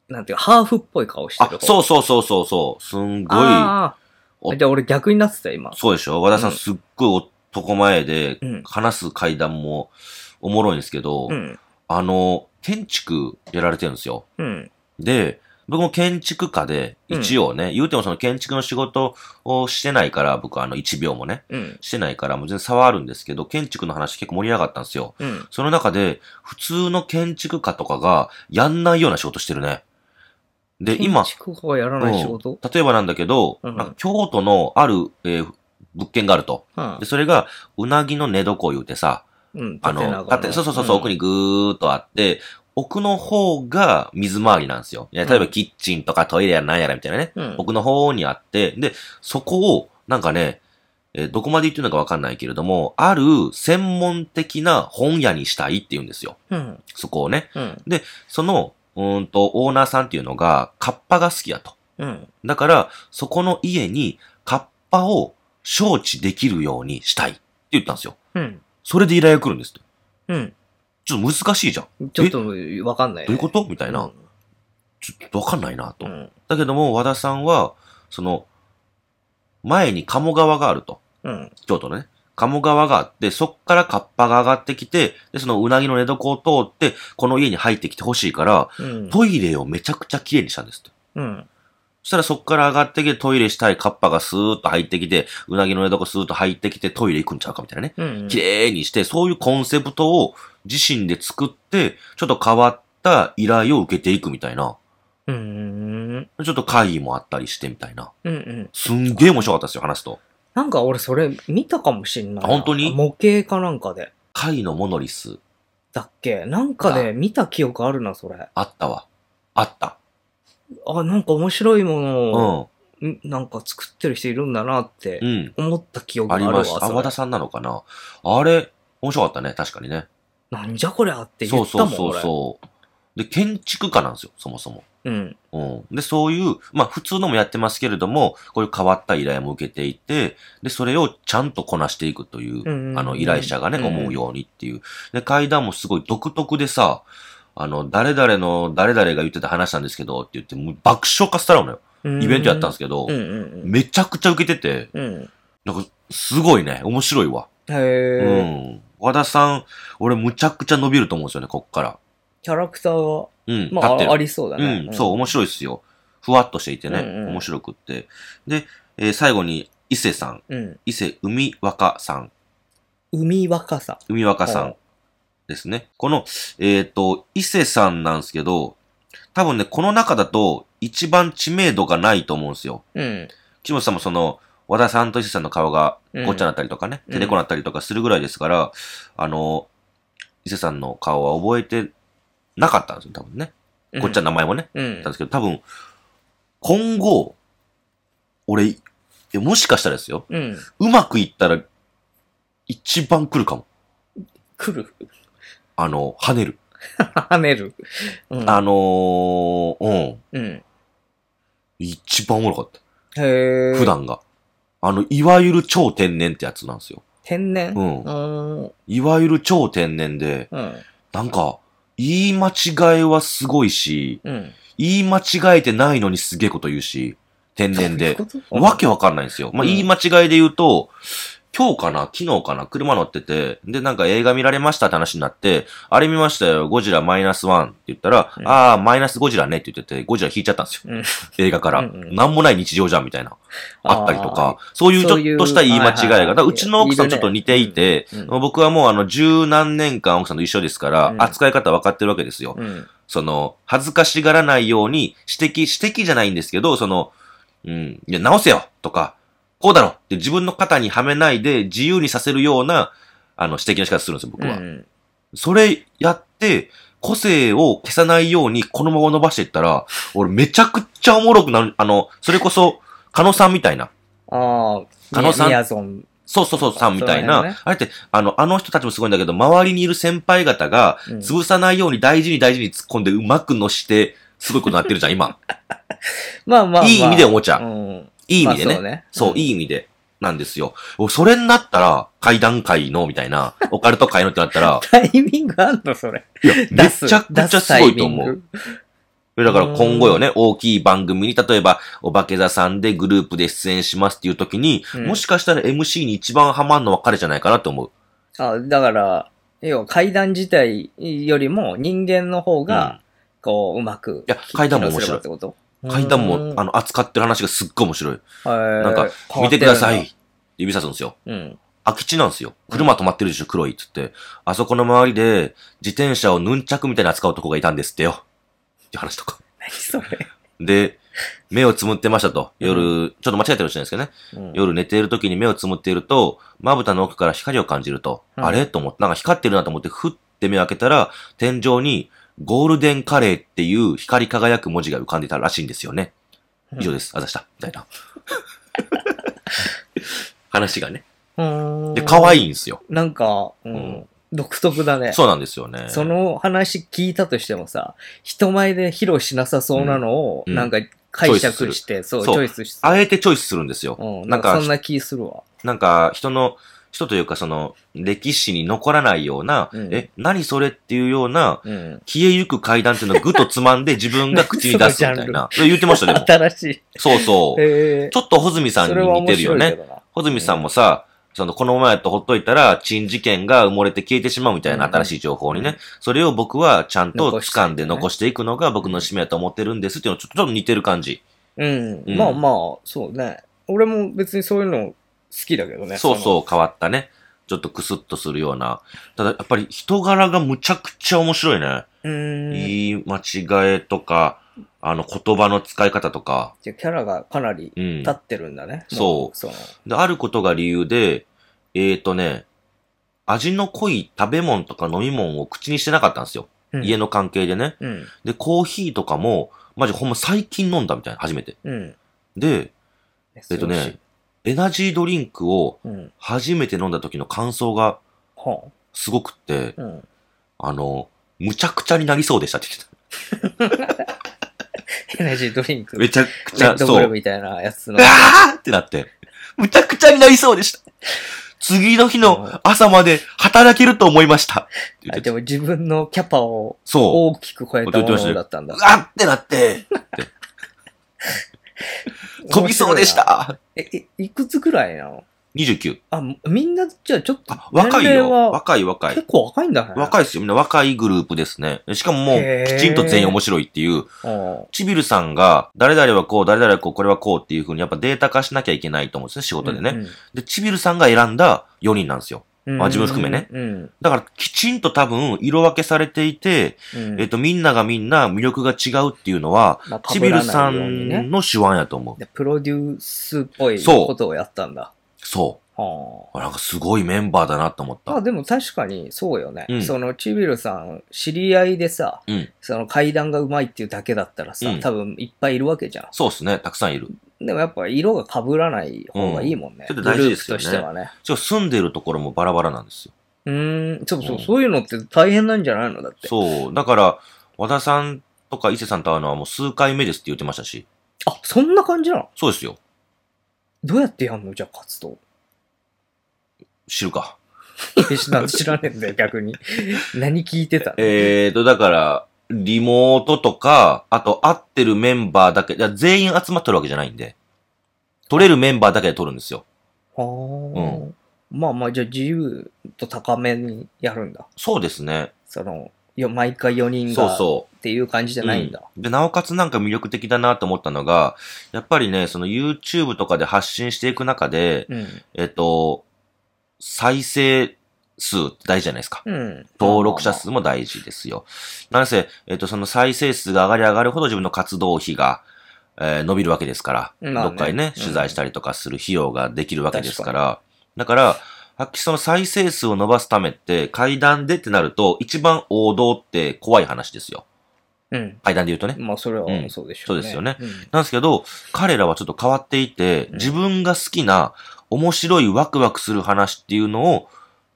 Speaker 1: なんていうか、ハーフっぽい顔して
Speaker 2: あ
Speaker 1: る、、
Speaker 2: そううそうそうそうそう。すんごい。
Speaker 1: あ
Speaker 2: お
Speaker 1: ーじゃあ俺逆になってた、今。
Speaker 2: そうでしょ和田さん
Speaker 1: うん
Speaker 2: すっごい男前で
Speaker 1: う、ん。
Speaker 2: 話す階段もおもろいんですけど、
Speaker 1: うん。
Speaker 2: あの、建築やられてるんですよ。
Speaker 1: うん。
Speaker 2: で、僕も建築家で、
Speaker 1: うん
Speaker 2: 一応ね、言うてもその建築の仕事をしてないから、僕はあの1秒もね、
Speaker 1: うん。
Speaker 2: してないから、もう全然差はあるんですけど、建築の話結構盛り上がったんですよ。
Speaker 1: うん。
Speaker 2: その中で、普通の建築家とかがやんないような仕事してるね。で、今、
Speaker 1: 建築家はやらない仕事、
Speaker 2: 例えばなんだけど、
Speaker 1: うん
Speaker 2: なんか京都のある、えー物件があると。
Speaker 1: うん
Speaker 2: で、それが、うなぎの寝床を言うてさ、
Speaker 1: うん。
Speaker 2: あ
Speaker 1: 縦長
Speaker 2: の、縦そうそうそう、奥。にぐーっとあって、奥の方が水回りなんですよ。いや例えば
Speaker 1: うん
Speaker 2: キッチンとかトイレやなんやらみたいなね。
Speaker 1: うんうん。
Speaker 2: 奥の方にあって、で、そこを、なんかね、えーどこまで言ってるのかわかんないけれども、ある専門的な本屋にしたいって言うんですよ。
Speaker 1: うん。
Speaker 2: そこをね。
Speaker 1: うん。
Speaker 2: その、うーんと、オーナーさんっていうのが、カッパが好きだと。
Speaker 1: うん。
Speaker 2: だから、そこの家にカッパを招致できるようにしたいって言ったんですよ。
Speaker 1: うん。
Speaker 2: それで依頼が来るんですって。
Speaker 1: うん。
Speaker 2: ちょっと難しいじゃん。
Speaker 1: ちょっとわかんない、ね。
Speaker 2: どういうことみたいな。ちょっとわかんないなと。だけども、和田さんは、その、前に鴨川があると。
Speaker 1: うん。うん。
Speaker 2: 京都のね。鴨川があって、そっからカッパが上がってきて、で、そのうなぎの寝床を通って、この家に入ってきてほしいから、
Speaker 1: うん。
Speaker 2: トイレをめちゃくちゃ綺麗にしたんですって。
Speaker 1: うん。
Speaker 2: そしたらそっから上がってきてトイレしたいカッパがスーッと入ってきて、うなぎの寝床スーッと入ってきてトイレ行くんちゃうかみたいなね。
Speaker 1: うん。
Speaker 2: 綺麗にして、そういうコンセプトを自身で作って、ちょっと変わった依頼を受けていくみたいな。
Speaker 1: うん。うん。
Speaker 2: ちょっと会議もあったりしてみたいな。
Speaker 1: うん。
Speaker 2: すんげえ面白かったですよ、話すと。
Speaker 1: なんか俺それ見たかもしんないな。
Speaker 2: あ本当に
Speaker 1: 模型かなんかで。
Speaker 2: 会のモノリス、
Speaker 1: だっけなんかで見た記憶あるな、それ。
Speaker 2: あったわ。あった。
Speaker 1: あ、なんか面白いも
Speaker 2: う
Speaker 1: のを、
Speaker 2: ん。
Speaker 1: んなんか作ってる人いるんだなって
Speaker 2: うん。
Speaker 1: 思った記憶が
Speaker 2: あ
Speaker 1: あ
Speaker 2: り
Speaker 1: るわ。
Speaker 2: ました。あ、
Speaker 1: それ
Speaker 2: 和田さんなのかなあれ、面白かったね、確かにね。
Speaker 1: なんじゃこりゃって言
Speaker 2: そう
Speaker 1: った
Speaker 2: そ
Speaker 1: も、
Speaker 2: うんそうそう。で、建築家なんですよ、そもそも。
Speaker 1: 俺。うん。
Speaker 2: うん。で、そういう、まあ普通のもやってますけれども、こういう変わった依頼も受けていて、で、それをちゃんとこなしていくという、
Speaker 1: うんうん
Speaker 2: あの依頼者がね、
Speaker 1: うん
Speaker 2: 思うようにっていう。で、階段もすごい独特でさ、あの、誰々の、誰々が言ってた話なんですけど、って言って、もう爆笑化したのよ。イベントやったんですすけど、
Speaker 1: うんうん
Speaker 2: めちゃくちゃ受けてて、
Speaker 1: うん。うん。
Speaker 2: なんか、すごいね、面白いわ。
Speaker 1: へ
Speaker 2: う
Speaker 1: え。
Speaker 2: ん。和田さん、俺むちゃくちゃ伸びると思うんですよね、こっから。
Speaker 1: キャラクターは、
Speaker 2: うん、
Speaker 1: まあ、
Speaker 2: 立って
Speaker 1: あ
Speaker 2: る
Speaker 1: ありそうだね。
Speaker 2: うん、そう、面白いですよ。ふわっとしていてね、
Speaker 1: うんうん
Speaker 2: 面白くって。で、えー最後に、伊勢さん、
Speaker 1: う。うん。
Speaker 2: 伊勢海若さん、
Speaker 1: 海若さ。
Speaker 2: 海若さ
Speaker 1: は
Speaker 2: ん
Speaker 1: い
Speaker 2: ですね。この、えっ、と、伊勢さんなんですけど、多分ね、この中だと一番知名度がないと思うんですよ。
Speaker 1: うん。
Speaker 2: 木本さんもその、和田さんと伊勢さんの顔が
Speaker 1: うん
Speaker 2: ごっちゃになったりとかね、
Speaker 1: うん
Speaker 2: テレコになったりとかするぐらいですから、あの、伊勢さんの顔は覚えてなかったんですよ、多分ね。ごっちゃ
Speaker 1: ん。
Speaker 2: の名前もね。
Speaker 1: う
Speaker 2: だっ
Speaker 1: ん
Speaker 2: たん。ですけど、多分、今後、俺、いやもしかしたらですよ、
Speaker 1: うん。
Speaker 2: うまくいったら、一番来るかも。
Speaker 1: 来る。
Speaker 2: あの、跳ねる。
Speaker 1: 跳ねる。うん。
Speaker 2: あのー、うん。
Speaker 1: うん。
Speaker 2: 一番おもろかった。
Speaker 1: へえ。
Speaker 2: 普。段が。あの、いわゆる超天然ってやつなんですよ。
Speaker 1: 天然
Speaker 2: う。
Speaker 1: うんーん。
Speaker 2: いわゆる超天然で、
Speaker 1: うん。
Speaker 2: なんか、言い間違いはすごいし、
Speaker 1: うん。
Speaker 2: 言い間違えてないのにすげえこと言うし、天然で。わけわかんないんですよ。まあ、
Speaker 1: うん
Speaker 2: 言い間違いで言うと、今日かな昨日かな車乗ってて、で、なんか映画見られましたって話になって、あれ見ましたよ、ゴジラマイナスワンって言ったら、
Speaker 1: うん
Speaker 2: ああ、マイナスゴジラねって言ってて、ゴジラ引いちゃったんですよ。
Speaker 1: うん
Speaker 2: 映画から。
Speaker 1: うんうん
Speaker 2: なんもない日常じゃんみたいな。あったりとか、そういうち
Speaker 1: そう
Speaker 2: ょ
Speaker 1: い
Speaker 2: っ
Speaker 1: う
Speaker 2: とした言い間違いが。
Speaker 1: はいはいは
Speaker 2: だ
Speaker 1: い
Speaker 2: からうちの奥さんちょっと似ていて、
Speaker 1: うんうん
Speaker 2: 僕はもうあの、十何年間奥さんと一緒ですから、
Speaker 1: うん
Speaker 2: 扱い方わかってるわけですよ。
Speaker 1: あー。うん。
Speaker 2: その、恥ずかしがらないように、指摘、指摘じゃないんですけど、その、うん、いや、直せよとか、こうだろって自分の肩にはめないで自由にさせるような、あの、指摘の仕方するんですよ、僕は。
Speaker 1: うん
Speaker 2: それやって、個性を消さないようにこのまま伸ばしていったら、俺めちゃくちゃおもろくなる、あの、それこそ、カノさんみたいな。
Speaker 1: ああ、
Speaker 2: 狩野さん
Speaker 1: みやぞん。
Speaker 2: そうそうそう、さんみたい
Speaker 1: そう
Speaker 2: な。
Speaker 1: だよね
Speaker 2: あれって、あの、あの人たちもすごいんだけど、周りにいる先輩方が、
Speaker 1: うん
Speaker 2: 潰さないように大事に大事に突っ込んで、うまくのして、すごいことになってるじゃん、今。
Speaker 1: まあまあまあ。
Speaker 2: いい意味でおもちゃ
Speaker 1: うん。
Speaker 2: いい意味で
Speaker 1: まあ
Speaker 2: ね。
Speaker 1: そうね。
Speaker 2: そう、いい意味で。なんですよ。おそれになったら、階段階の、みたい
Speaker 1: 、
Speaker 2: な、オカルト会のってなったら
Speaker 1: タイミングあんのそれ。
Speaker 2: いや、め
Speaker 1: 出
Speaker 2: ち
Speaker 1: す
Speaker 2: ゃくちゃすごいと思。
Speaker 1: 出
Speaker 2: う。
Speaker 1: す
Speaker 2: だから今後よね、大きい番組に、例えば、お化け座さんでグループで出演しますっていう時に、
Speaker 1: うん
Speaker 2: もしかしたら MC に一番ハマんのは彼じゃないかなと思う。
Speaker 1: タイミングあ、だから、要は階段自体よりも人間の方が、こう、うまく。
Speaker 2: いや階段も面白
Speaker 1: 機能
Speaker 2: い
Speaker 1: すればってこと
Speaker 2: 階段も、あ
Speaker 1: の、
Speaker 2: の、扱ってる話がすっごい面白い。な
Speaker 1: なん
Speaker 2: か、見てください。って。指さすんですよ。
Speaker 1: うん。
Speaker 2: 空き地なんですよ。車止まってるでしょ、黒いっつって。あそこの周りで、自転車をヌンチャクみたいに扱う男がいたんですってよ。って話とか。
Speaker 1: 何それ。
Speaker 2: で、目をつむってましたと。夜、
Speaker 1: う
Speaker 2: ちょっと間違えてるかもしれないですけどね。
Speaker 1: うん
Speaker 2: 夜寝ている時に目をつむっていると、まぶたの奥から光を感じると、
Speaker 1: うん
Speaker 2: あれと思って、なんか光ってるなと思って、ふって目を開けたら、天井に、ゴールデンカレーっていう光り輝く文字が浮かんでたらしいんですよね。以上です。あざした。みたいな。 話がね。
Speaker 1: うん。
Speaker 2: で、可愛いんですよ。
Speaker 1: なんか、うん
Speaker 2: うん
Speaker 1: 独特だね。
Speaker 2: そうなんですよね。
Speaker 1: その話聞いたとしてもさ、人前で披露しなさそうなのを、
Speaker 2: うん
Speaker 1: なんか解釈して、そう、チ
Speaker 2: そう
Speaker 1: ョイスして。
Speaker 2: あえてチョイスするんですよ。
Speaker 1: うん、な
Speaker 2: な
Speaker 1: んん
Speaker 2: か
Speaker 1: かそんな気するわ。
Speaker 2: なんか、人の、人というかその、歴史に残らないような、
Speaker 1: うん
Speaker 2: え、何それっていうような、
Speaker 1: うん。
Speaker 2: 消えゆく階段っていうのをぐっとつま んで自分が口に出すみたいな。言ってました、でも。
Speaker 1: 新しい。
Speaker 2: そうそう。
Speaker 1: えー、
Speaker 2: ちょっと穂積さん
Speaker 1: そ
Speaker 2: に
Speaker 1: れは
Speaker 2: 似
Speaker 1: 面
Speaker 2: てるよ
Speaker 1: 白いけ
Speaker 2: ね。
Speaker 1: どな。
Speaker 2: 穂積さんもさ、その、このままやとほっといたら、珍事件が埋もれて消えてしまうみたいな
Speaker 1: うん
Speaker 2: 新しい情報に
Speaker 1: う
Speaker 2: ね、それを僕はちゃんと
Speaker 1: 残していく
Speaker 2: 掴んで
Speaker 1: ね
Speaker 2: 残していくのが僕の使命だと思ってるんですっていうのちょっとちょっと似てる感じ。
Speaker 1: うん。
Speaker 2: うん
Speaker 1: まあまあ、そうね。俺も別にそういうの好きだけどね。
Speaker 2: そう
Speaker 1: う。
Speaker 2: そう変わったね。ちょっとクスッとするような。ただやっぱり人柄がむちゃくちゃ面白いね。
Speaker 1: うーん。
Speaker 2: 言い間違えとか、あの言葉の使い方とか。
Speaker 1: じゃあキャラがかなり
Speaker 2: うん。
Speaker 1: 立
Speaker 2: で、
Speaker 1: ってるんだね。
Speaker 2: うん
Speaker 1: も
Speaker 2: そ
Speaker 1: そ
Speaker 2: う
Speaker 1: の
Speaker 2: あることが理由で、えーとね、味の濃い食べ物とか飲み物を口にしてなかったんですよ。
Speaker 1: うん
Speaker 2: 家の関係でね。
Speaker 1: うん。
Speaker 2: で、コーヒーとかも、マジほんま最近飲んだみたいな、初めて。
Speaker 1: うん。
Speaker 2: で、えっと
Speaker 1: 珍し
Speaker 2: ね
Speaker 1: い。、
Speaker 2: エナジードリンクを
Speaker 1: うん。
Speaker 2: 初めて飲んだ時の感想が
Speaker 1: は
Speaker 2: すごくって、
Speaker 1: あ。うん。
Speaker 2: あの、むちゃくちゃになりそうでしたって言ってた。
Speaker 1: エナジードリンク。
Speaker 2: めちゃくち
Speaker 1: レッ
Speaker 2: ゃ、
Speaker 1: ドブ
Speaker 2: そ
Speaker 1: ル
Speaker 2: う。
Speaker 1: みたいなやつの。
Speaker 2: あーってなって、むちゃくちゃになりそうでした。次の日の朝まで働けると思いました。って言
Speaker 1: あ
Speaker 2: って
Speaker 1: で
Speaker 2: た
Speaker 1: も自分のキャパを
Speaker 2: そ
Speaker 1: 大きく超えたものだったん
Speaker 2: う。
Speaker 1: だ
Speaker 2: う。わってなって、飛びそうでし
Speaker 1: 面
Speaker 2: た。
Speaker 1: 白いな。え、いいくつくらいなの
Speaker 2: 29。
Speaker 1: あ、みんな、じゃあちょっと
Speaker 2: あ、、若い
Speaker 1: 年齢
Speaker 2: よ。
Speaker 1: は
Speaker 2: 若い若
Speaker 1: 結
Speaker 2: い。
Speaker 1: 構若いんだね。
Speaker 2: 若いですよ。みんな若いグループですね。しかももう
Speaker 1: へ、ー
Speaker 2: きちんと全員面白いっていう、
Speaker 1: うん
Speaker 2: ちびるさんが、誰々はこう、誰々はこう、これはこうっていう風にやっぱデータ化しなきゃいけないと思うんですね、仕事でね。で、ちびるさんが選んだ4人なんですよ。
Speaker 1: うんうん
Speaker 2: あ自分含めね。
Speaker 1: うん。
Speaker 2: だから、きちんと多分、色分けされていて、
Speaker 1: うん
Speaker 2: えっと、みんながみんな魅力が違うっていうのは、
Speaker 1: まあ
Speaker 2: ちびるさ
Speaker 1: 被らないようにね
Speaker 2: んの手腕やと思う。
Speaker 1: でプロデュースっぽい
Speaker 2: そう
Speaker 1: ことをやったんだ。
Speaker 2: そ
Speaker 1: は
Speaker 2: う。なんかすごいメンバーだなと思っ
Speaker 1: あ。まあ
Speaker 2: た。
Speaker 1: でも確かにそうよね。
Speaker 2: うん
Speaker 1: そのちびるさん、知り合いでさ、
Speaker 2: うん
Speaker 1: その階段がうまいっていうだけだったらさ、
Speaker 2: うん
Speaker 1: 多分いっぱいいるわけじゃん。
Speaker 2: そうですね。たくさんいる。
Speaker 1: でもやっぱ色が被らない方がいいもんね。
Speaker 2: うんちょ
Speaker 1: グ
Speaker 2: っと大事
Speaker 1: ル
Speaker 2: で
Speaker 1: ー
Speaker 2: す
Speaker 1: プ
Speaker 2: よね
Speaker 1: としてはね。
Speaker 2: ちょ、住んでるところもバラバラなんですよ。
Speaker 1: うーん、ちょっとそうう、
Speaker 2: ん
Speaker 1: そういうのって大変なんじゃないのだって。
Speaker 2: そう。だから、和田さんとか伊勢さんと会うのはもう数回目ですって言ってましたし。
Speaker 1: あ、そんな感じなの
Speaker 2: そうですよ。
Speaker 1: どうやってやんのじゃあ活動。
Speaker 2: 知るか。
Speaker 1: なんて知らねえんだよ、逆に。何聞いてたの
Speaker 2: えーと、だから、リモートとか、あと会ってるメンバーだけ、いや全員集まってるわけじゃないんで、取れるメンバーだけで取るんですよ。
Speaker 1: あーまあまあ、じゃあ自由と高めにやるんだ。
Speaker 2: そうですね。
Speaker 1: その、よ毎回4人
Speaker 2: そう
Speaker 1: が
Speaker 2: そう。
Speaker 1: っていう感じじゃないんだ。
Speaker 2: うんで、なおかつなんか魅力的だなと思ったのが、やっぱりね、その YouTube とかで発信していく中で、
Speaker 1: うん。
Speaker 2: えっと、再生数って大事じゃないですか。
Speaker 1: うん。
Speaker 2: 登録者数も大事ですよ。なんせ、えっと、その再生数が上がり上がるほど自分の活動費が、えー伸びるわけですから、
Speaker 1: まあね
Speaker 2: どっかにね、
Speaker 1: うん
Speaker 2: 取材したりとかする費用ができるわけですから、だから、はっきりその再生数を伸ばすためって、階段でってなると、一番王道って怖い話ですよ。
Speaker 1: うん。
Speaker 2: 階段で言うとね。
Speaker 1: まあ、それは
Speaker 2: うん
Speaker 1: そうでしょうね。
Speaker 2: そうですよね
Speaker 1: うん。
Speaker 2: なんですけど、彼らはちょっと変わっていて
Speaker 1: う、ん
Speaker 2: 自分が好きな面白いワクワクする話っていうのを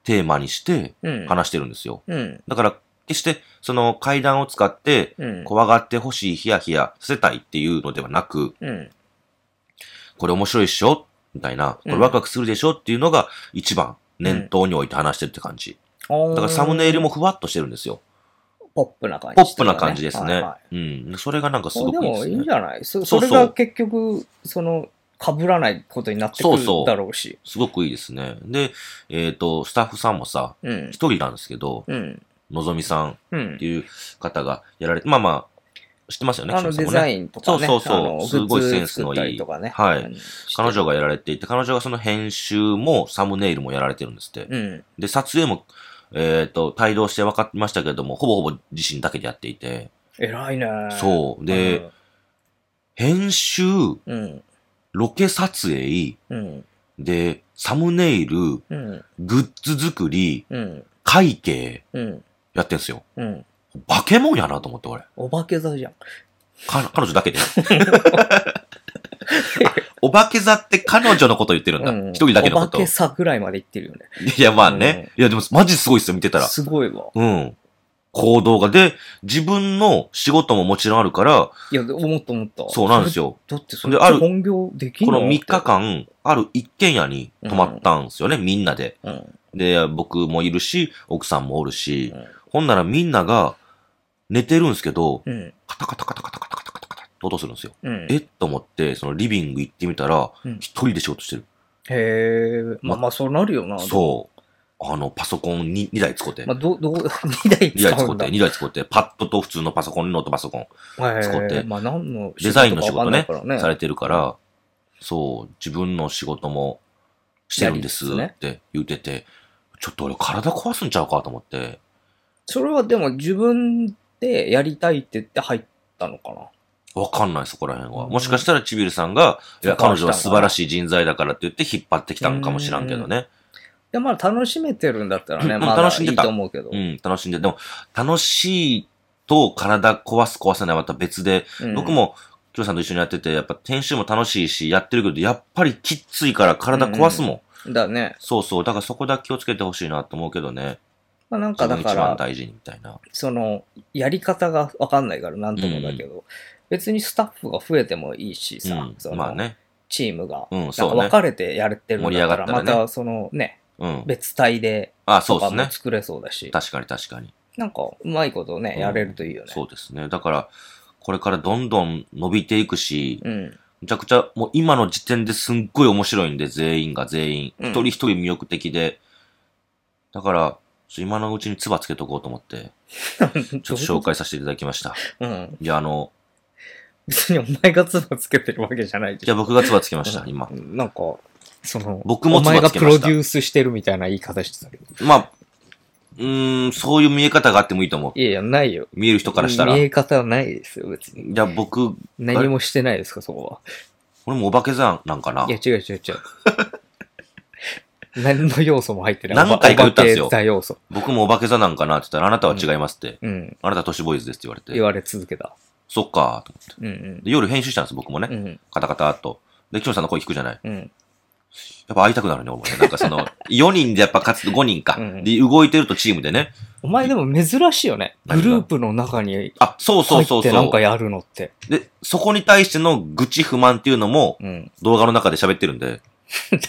Speaker 2: テーマにして
Speaker 1: うん。
Speaker 2: 話してるんですよ。
Speaker 1: うん。
Speaker 2: だから、決してその階段を使って
Speaker 1: うん。
Speaker 2: 怖がってほしい、ヒヤヒヤさせたいっていうのではなく、
Speaker 1: うん。
Speaker 2: これ面白いっしょみたいな、これワクワクするでしょっていうのが一番念頭に置いて話してるって感じ。だ
Speaker 1: だ
Speaker 2: からサムネイルもふわっとしてるんですよ。
Speaker 1: ポップな感じ、
Speaker 2: ポップな感じです
Speaker 1: はい
Speaker 2: ね
Speaker 1: は。
Speaker 2: うん。それがなんか
Speaker 1: い
Speaker 2: すごくいい
Speaker 1: あ
Speaker 2: です
Speaker 1: でもいいん
Speaker 2: ね
Speaker 1: じ。ゃないそ
Speaker 2: そうそう
Speaker 1: それが結局、その、被らないことになってく
Speaker 2: そうそう
Speaker 1: るだろうし。
Speaker 2: すごくいいですね。で、えっ、と、スタッフさんもさ、
Speaker 1: うん。
Speaker 2: 一人なんですけど、
Speaker 1: うん。
Speaker 2: のぞみさんっ
Speaker 1: うん
Speaker 2: て。いう方がやられて、まあまあ、知ってますよね、
Speaker 1: あの
Speaker 2: 岸
Speaker 1: デ
Speaker 2: 田さんもね
Speaker 1: ザインとかね。
Speaker 2: そうそうそう
Speaker 1: あの
Speaker 2: すごい
Speaker 1: グッズ
Speaker 2: センスのいい
Speaker 1: 作ったりとかね。
Speaker 2: はい
Speaker 1: うん。
Speaker 2: 彼女
Speaker 1: が。
Speaker 2: がやられていて、彼女がその編集もサムネイルもやられてるんですって。
Speaker 1: うん。
Speaker 2: で、撮影も、えっ、と、帯同して分かってましたけれども、ほぼほぼ自身だけでやっていて、
Speaker 1: 偉いね。
Speaker 2: そうで編集、
Speaker 1: うん。
Speaker 2: ロケ撮影、
Speaker 1: うん。
Speaker 2: で、サムネイル、
Speaker 1: うん。うん。
Speaker 2: グッズ作り、
Speaker 1: うん。
Speaker 2: 会計、
Speaker 1: うん。
Speaker 2: やってんすよ。
Speaker 1: うん。
Speaker 2: 化け物やなと思って、俺。
Speaker 1: お化け座じゃん。
Speaker 2: か彼女だけ で。お化け座って彼女のこと言ってるんだ。一、
Speaker 1: うん
Speaker 2: 人だけのこ
Speaker 1: お化
Speaker 2: と。
Speaker 1: け
Speaker 2: い
Speaker 1: 座ぐらいまで行ってるよね。
Speaker 2: や、まあね。いや、でも、マジすごいっすよ、見てたら。
Speaker 1: すごいわ。
Speaker 2: うん。行動が。で、自分の仕事ももちろんあるから、
Speaker 1: いや、思った思った。
Speaker 2: そうなんですよ。
Speaker 1: だってそ
Speaker 2: で
Speaker 1: れ
Speaker 2: ある
Speaker 1: 本業できん
Speaker 2: こ
Speaker 1: の
Speaker 2: の3日。間、ある一軒家に泊まったんですよね、みんなで。
Speaker 1: うん。
Speaker 2: で、僕もいるし、奥さんもおるし
Speaker 1: う。ん
Speaker 2: ほんならみんなが、寝てるんですけど、
Speaker 1: うん。
Speaker 2: カタカタカタカタカタカタカタカタって音するんですよ。
Speaker 1: うん。
Speaker 2: えっと思って、そのリビング行ってみたら
Speaker 1: うん、
Speaker 2: 一人で仕事してる。
Speaker 1: へえ。まあまあ、そうなるよな。
Speaker 2: そう。あの、パソコン 2, 台使って。
Speaker 1: まあ、ど、どう、2台
Speaker 2: 2台
Speaker 1: 使
Speaker 2: 使
Speaker 1: う
Speaker 2: っ
Speaker 1: んだ。
Speaker 2: て、2台使って、パッドと普通のパソコン、ノートパソコン
Speaker 1: 台
Speaker 2: 使って
Speaker 1: まあ、何の
Speaker 2: デザインの仕事ね
Speaker 1: かわかんないか
Speaker 2: さ
Speaker 1: ら
Speaker 2: れてるから、そう、自分の仕事もしてるんです
Speaker 1: やり
Speaker 2: っ
Speaker 1: つ
Speaker 2: て言ってて、ちょっと俺体壊すんちゃうかと思って、
Speaker 1: それはでも自分でやりたいって言って入ったのかな。
Speaker 2: わかんないそこら辺は。
Speaker 1: うん
Speaker 2: もしかしたらちびるさんが、いや、
Speaker 1: そこは
Speaker 2: 彼
Speaker 1: 来た
Speaker 2: 女
Speaker 1: ん
Speaker 2: は
Speaker 1: だ
Speaker 2: 素晴らしい人材だからって言って引っ張ってきたんかもしらんけどね。
Speaker 1: で、まあ楽しめてるんだったら
Speaker 2: う
Speaker 1: ね、
Speaker 2: ん
Speaker 1: まあ
Speaker 2: 楽しん
Speaker 1: い
Speaker 2: で
Speaker 1: い
Speaker 2: た
Speaker 1: と思うけど。
Speaker 2: うん、楽しんで。でも、楽しいと体壊す壊さないはまた別で、
Speaker 1: うん
Speaker 2: 僕、も、きょうさんと一緒にやってて、やっぱ編集も楽しいし、やってるけど、やっぱりきっついから体壊すもん。
Speaker 1: だね。
Speaker 2: そうそう。だからそこだけ気をつけてほしいなと思うけどね。
Speaker 1: まあなんか
Speaker 2: 自
Speaker 1: だ
Speaker 2: 分一
Speaker 1: か
Speaker 2: 番
Speaker 1: ら、
Speaker 2: 大事にみたいな。
Speaker 1: その、やり方がわかんないからなんともだけど、別にスタッフが増えてもいいし
Speaker 2: う
Speaker 1: さ
Speaker 2: ん、
Speaker 1: そ、の
Speaker 2: まあね。
Speaker 1: チームが、
Speaker 2: うん
Speaker 1: なん
Speaker 2: そう
Speaker 1: か
Speaker 2: ね
Speaker 1: 分かれてやれてるんだった
Speaker 2: 盛り上がっ
Speaker 1: ら、
Speaker 2: たら
Speaker 1: ま
Speaker 2: ね
Speaker 1: たそのね、
Speaker 2: うん。
Speaker 1: 別体で、
Speaker 2: あ、そ
Speaker 1: と
Speaker 2: う
Speaker 1: か
Speaker 2: です
Speaker 1: も
Speaker 2: ね。
Speaker 1: 作れそうだし、
Speaker 2: 確かに確かに。
Speaker 1: なんかうまいことね、
Speaker 2: うん
Speaker 1: やれるといいよね。
Speaker 2: そうですね。だから、これからどんどん伸びていくし、
Speaker 1: うん。
Speaker 2: むちゃくちゃ、もう今の時点ですっごい面白いんで、全員が全員。
Speaker 1: うん
Speaker 2: 一人一人魅力的で。だから、ちょ今のうちに唾つけとこうと 思って、ちょっと紹介させていただきました。
Speaker 1: うん。
Speaker 2: いや、あの、
Speaker 1: 別にお前が唾つけてるわけじゃない
Speaker 2: じゃあ僕が唾つけました、今。
Speaker 1: なんか、その、
Speaker 2: 僕も
Speaker 1: お前
Speaker 2: 唾
Speaker 1: が
Speaker 2: つけ
Speaker 1: プ
Speaker 2: ま
Speaker 1: ロ
Speaker 2: した
Speaker 1: デュースしてるみたいな言い方してたけど。
Speaker 2: まあ、うーん、そういう見え方があってもいいと思う。
Speaker 1: いやいや、ないよ。
Speaker 2: 見える人からしたら。
Speaker 1: 見
Speaker 2: じ
Speaker 1: え方はないですよ、別に。
Speaker 2: ゃあ僕、
Speaker 1: 何もしてないですか、そこ
Speaker 2: 俺もお化け座なんかな
Speaker 1: は。いや、違う 違う違う。何の要素も入ってない。
Speaker 2: 何回か言ったんですよ
Speaker 1: お化け座要素。
Speaker 2: 僕もお化け座なんかなって言ったら、あなたは違いますって。
Speaker 1: うん。
Speaker 2: あなた都市ボーイズですって言われ
Speaker 1: 言
Speaker 2: て。
Speaker 1: われ続けた。
Speaker 2: そっかと思って。
Speaker 1: うんうん。
Speaker 2: で、夜編集したんです、僕もね。
Speaker 1: うん
Speaker 2: カタカタっと。で、キョンさんの声聞くじゃない。
Speaker 1: うん。
Speaker 2: やっぱ会いたくなるね、俺もね。なんかその、4人 でやっぱ勝つと5人か
Speaker 1: う。ん
Speaker 2: で、動いてるとチームでね。
Speaker 1: お前でも珍しいよね。グ
Speaker 2: 何が
Speaker 1: ループの中に
Speaker 2: あ、そうそ
Speaker 1: 入
Speaker 2: うそ
Speaker 1: っ
Speaker 2: うそ
Speaker 1: てなんか
Speaker 2: う。
Speaker 1: やるのって。
Speaker 2: で、そこに対しての愚痴不満っていうのも
Speaker 1: うん。
Speaker 2: 動画の中で喋ってるんで、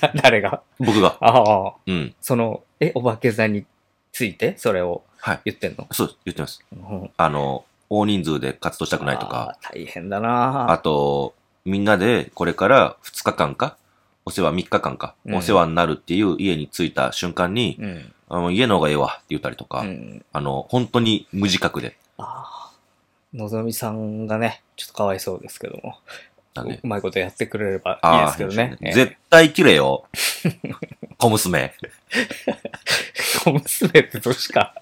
Speaker 1: だ誰が
Speaker 2: 僕が。
Speaker 1: ああ、
Speaker 2: うん。
Speaker 1: その、え、お化け座についてそれを
Speaker 2: はい。
Speaker 1: 言ってんの、
Speaker 2: そう、言ってます。
Speaker 1: うん
Speaker 2: あの、大人数で活動したくないとか、
Speaker 1: あー。大変だな
Speaker 2: あと、みんなでこれから2日間か、お世話3日間か、
Speaker 1: うん
Speaker 2: お世話になるっていう家に着いた瞬間に、
Speaker 1: うん。
Speaker 2: あの家の方がええわって言ったりとか、
Speaker 1: うん。
Speaker 2: あの、本当に無自覚で、
Speaker 1: ああ。のぞみさんがね、ちょっとかわいそうですけども。
Speaker 2: なんで
Speaker 1: うまいことやってくれればいい
Speaker 2: あ
Speaker 1: で
Speaker 2: あ
Speaker 1: すけどね。
Speaker 2: 絶対切 れよ。小娘。
Speaker 1: 小 娘って年か。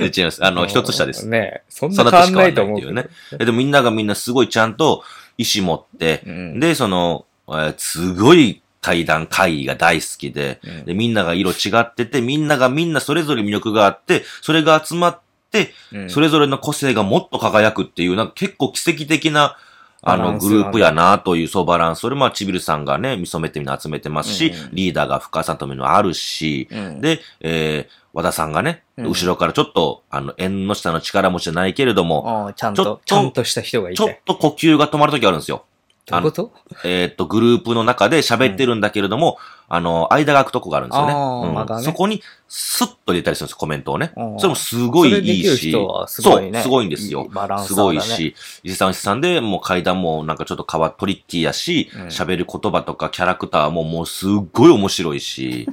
Speaker 2: で違います。あの、一つ下です。
Speaker 1: ねそん
Speaker 2: そ
Speaker 1: な
Speaker 2: の
Speaker 1: 変
Speaker 2: 年
Speaker 1: わんないと思う
Speaker 2: 変
Speaker 1: けど
Speaker 2: わんないっ。えでもみんながみんなすごいちゃんと意思持って、
Speaker 1: うん。
Speaker 2: で、その、えーすごい階段会議が大好きで、
Speaker 1: うん
Speaker 2: で、みんなが色違ってて、みんながみんなそれぞれ魅力があって、それが集まっって、
Speaker 1: うん
Speaker 2: それぞれの個性がもっと輝くっていう、なんか結構奇跡的な、あ
Speaker 1: バラ
Speaker 2: の、
Speaker 1: ンスが
Speaker 2: グループやなという、そうバランス。それ、まあ、ちびるさんがね、みそめてみんな集めてますし、
Speaker 1: うん
Speaker 2: リーダーが深さとめのあるし、
Speaker 1: うん
Speaker 2: で、えー、和田さんがね、
Speaker 1: うん
Speaker 2: 後ろからちょっと、あの、縁の下の力持ちじゃないけれども、
Speaker 1: ああ、ちゃん
Speaker 2: ちょっ
Speaker 1: と
Speaker 2: と、
Speaker 1: ちゃんとした人がいて。
Speaker 2: ちょっと呼吸が止まるときあるんですよ。
Speaker 1: どういうこと
Speaker 2: えーっと、グループの中で喋ってるんだけれども、あの、間が空くとこがあるんですよね。
Speaker 1: あー
Speaker 2: うん
Speaker 1: 間がね
Speaker 2: そこに、スッと入れたりするんですよ、コメントをね
Speaker 1: あ。ー
Speaker 2: それもすごい
Speaker 1: それで
Speaker 2: い
Speaker 1: き
Speaker 2: い
Speaker 1: る
Speaker 2: し。
Speaker 1: 人はすごいね。
Speaker 2: そう、すごいんですよ。
Speaker 1: バランス
Speaker 2: す
Speaker 1: だ
Speaker 2: ご
Speaker 1: ね。
Speaker 2: いし、伊勢さん伊勢さんで、もう階段もなんかちょっと変わトリッキーやし
Speaker 1: うん、
Speaker 2: 喋、る言葉とかキャラクターももうすっごい面白 いし、
Speaker 1: い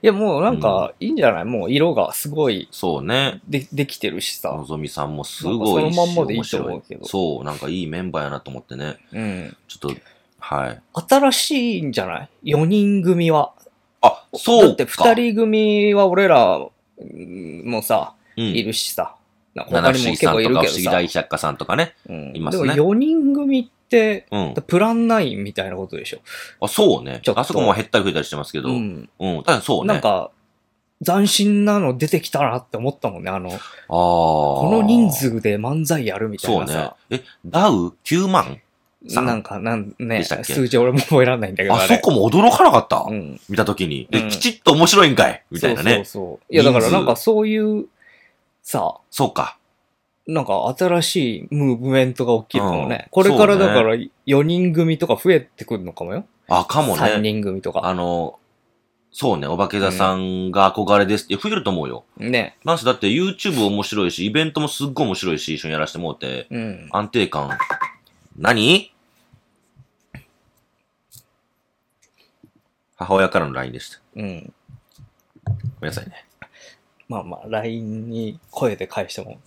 Speaker 1: や、もうなんか、いいんじゃないもう色がすごい
Speaker 2: そうね。
Speaker 1: で、できてるしさ
Speaker 2: の。ぞみさんもすごいし、
Speaker 1: なんかそのまんまでいいと思うけど
Speaker 2: 面白いそう、なんかいいメンバーやなと思ってね。
Speaker 1: うん。
Speaker 2: ちょっと、はい。
Speaker 1: 新しいんじゃない ?4 人組は。
Speaker 2: あ、そうか。
Speaker 1: だって2人組は俺らうんもさ、
Speaker 2: うん
Speaker 1: いるしさ。なんか他
Speaker 2: 七不
Speaker 1: に
Speaker 2: 思
Speaker 1: も
Speaker 2: 議
Speaker 1: 結
Speaker 2: さん
Speaker 1: 構い
Speaker 2: と
Speaker 1: る
Speaker 2: か
Speaker 1: けど
Speaker 2: 不思議
Speaker 1: さ
Speaker 2: 大。百科さんとかね。
Speaker 1: うん
Speaker 2: いますね
Speaker 1: でも4人組って、
Speaker 2: うん。
Speaker 1: プラン9みたいなことでしょ。
Speaker 2: あ、そうね
Speaker 1: ちょっ。と
Speaker 2: あそこも減ったり増えたりしてますけど。う。
Speaker 1: うんん。
Speaker 2: ただそう
Speaker 1: な
Speaker 2: ね。
Speaker 1: んか、斬新なの出てきたなって思ったもんね。あの、
Speaker 2: あこ
Speaker 1: この人数で漫才やるみたい
Speaker 2: そう
Speaker 1: な
Speaker 2: ね
Speaker 1: さ。。
Speaker 2: え、ダウ ?9 万さん
Speaker 1: なんか、なんね、
Speaker 2: でしたっけ
Speaker 1: 数字俺も覚えられないんだけど。
Speaker 2: あ
Speaker 1: れ
Speaker 2: そこも驚かなかった。
Speaker 1: うん。
Speaker 2: 見たときに。
Speaker 1: う
Speaker 2: で、
Speaker 1: ん
Speaker 2: きちっと面白いんかいみたい
Speaker 1: そ
Speaker 2: な
Speaker 1: う
Speaker 2: ね。
Speaker 1: そうそう。いや、だから
Speaker 2: 人数
Speaker 1: なんかそういう、さ、
Speaker 2: そうか。
Speaker 1: なんか新しいムーブメントが起きるかもね。
Speaker 2: うん
Speaker 1: これから
Speaker 2: そうね
Speaker 1: だから4人組とか増えてくるのかもよ。
Speaker 2: あ、かも
Speaker 1: 3
Speaker 2: ね。
Speaker 1: 人組と
Speaker 2: あ
Speaker 1: か。
Speaker 2: の、そうね、お化け座さんが憧れです。いや、増えると思うよ。
Speaker 1: ね。
Speaker 2: なんせだって YouTube 面白いし、イベントもすっごい面白いし、一緒にやらせてもうて、
Speaker 1: うん。
Speaker 2: 安定感。何母親からの LINE でした。
Speaker 1: うん。
Speaker 2: ごめんなさいね。
Speaker 1: まあまあ、LINE に声で返しても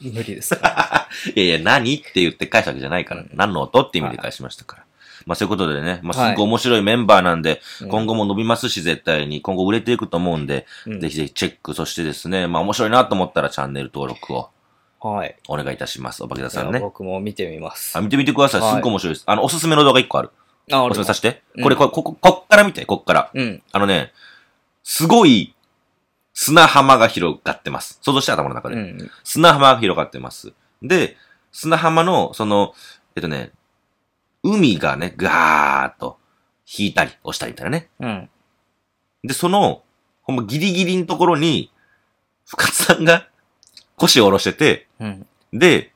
Speaker 1: 無理です から。
Speaker 2: いやいや、何って言って返したわけじゃないから
Speaker 1: うん。
Speaker 2: 何の音って意味で返しましたから。まあそういうことでね、まあすっごい面白いメンバーなんで、
Speaker 1: うん
Speaker 2: 今後も伸びますし、絶対に。今後売れていくと思うんで、
Speaker 1: うん
Speaker 2: ぜひぜひチェック、そしてですね、まあ面白いなと思ったらチャンネル登録を
Speaker 1: はい。
Speaker 2: お願いいたします。おばけだ
Speaker 1: じゃ
Speaker 2: さ
Speaker 1: あ
Speaker 2: んね。
Speaker 1: 僕も見てみます。
Speaker 2: あ、見てみてください。す
Speaker 1: はい
Speaker 2: っごい面白いです。あの、おすすめの動画1個ある。
Speaker 1: あ、
Speaker 2: おすすめさせて。
Speaker 1: うん
Speaker 2: これ、これここ、こっから見て、こっから。
Speaker 1: うん。
Speaker 2: あのね、すごい砂浜が広がってます。想像して頭の中
Speaker 1: う
Speaker 2: で。
Speaker 1: ん。
Speaker 2: 砂浜が広がってます。で、砂浜の、その、えっとね、海がね、ガーっと引いたり、押したりみたいなね。
Speaker 1: うん。
Speaker 2: で、その、ほんまギリギリのところに、深津さんが腰を下ろしてて、
Speaker 1: うん。
Speaker 2: で、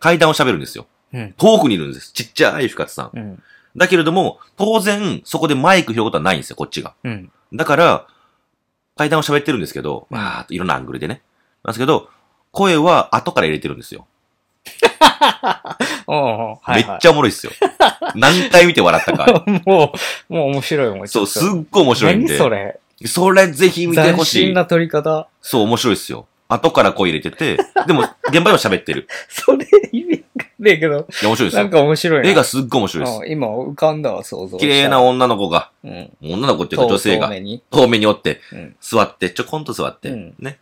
Speaker 2: 階段を喋るんですよ。
Speaker 1: うん
Speaker 2: 遠くにいるんです。ちっちゃい深津さん。
Speaker 1: うん。
Speaker 2: だけれども、当然、そこでマイク拾うことはないんですよ、こっちが。
Speaker 1: うん。
Speaker 2: だから、階段を喋ってるんですけど、
Speaker 1: うん
Speaker 2: わーっといろんなアングルでね。なんですけど、声は後から入れてるんですよ。
Speaker 1: おうおうはいはい、
Speaker 2: めっちゃおもろいっ すよ。何回見て笑ったか。
Speaker 1: もう、もう面白いもん。
Speaker 2: そう、
Speaker 1: ち
Speaker 2: すっ
Speaker 1: ょっと
Speaker 2: ごい面白いんで。
Speaker 1: 何それ
Speaker 2: それぜひ見てほ
Speaker 1: 斬
Speaker 2: しい
Speaker 1: 新。な撮り方。
Speaker 2: そう、面白いっすよ。後から声入れてて、でも、現場でも喋ってる。
Speaker 1: それ意味わかんないけど、
Speaker 2: いや、面白いです
Speaker 1: なん
Speaker 2: よ。
Speaker 1: か面白いな。
Speaker 2: 絵がすっごい面白いです。
Speaker 1: うん今浮かんだわ、想像した
Speaker 2: 綺麗な、女の子が、
Speaker 1: うん、
Speaker 2: 女の子っていうか女性
Speaker 1: 遠
Speaker 2: が、
Speaker 1: 目に。
Speaker 2: 遠目におって、
Speaker 1: うん。
Speaker 2: 座って、ちょこんと座って、
Speaker 1: うん
Speaker 2: ね。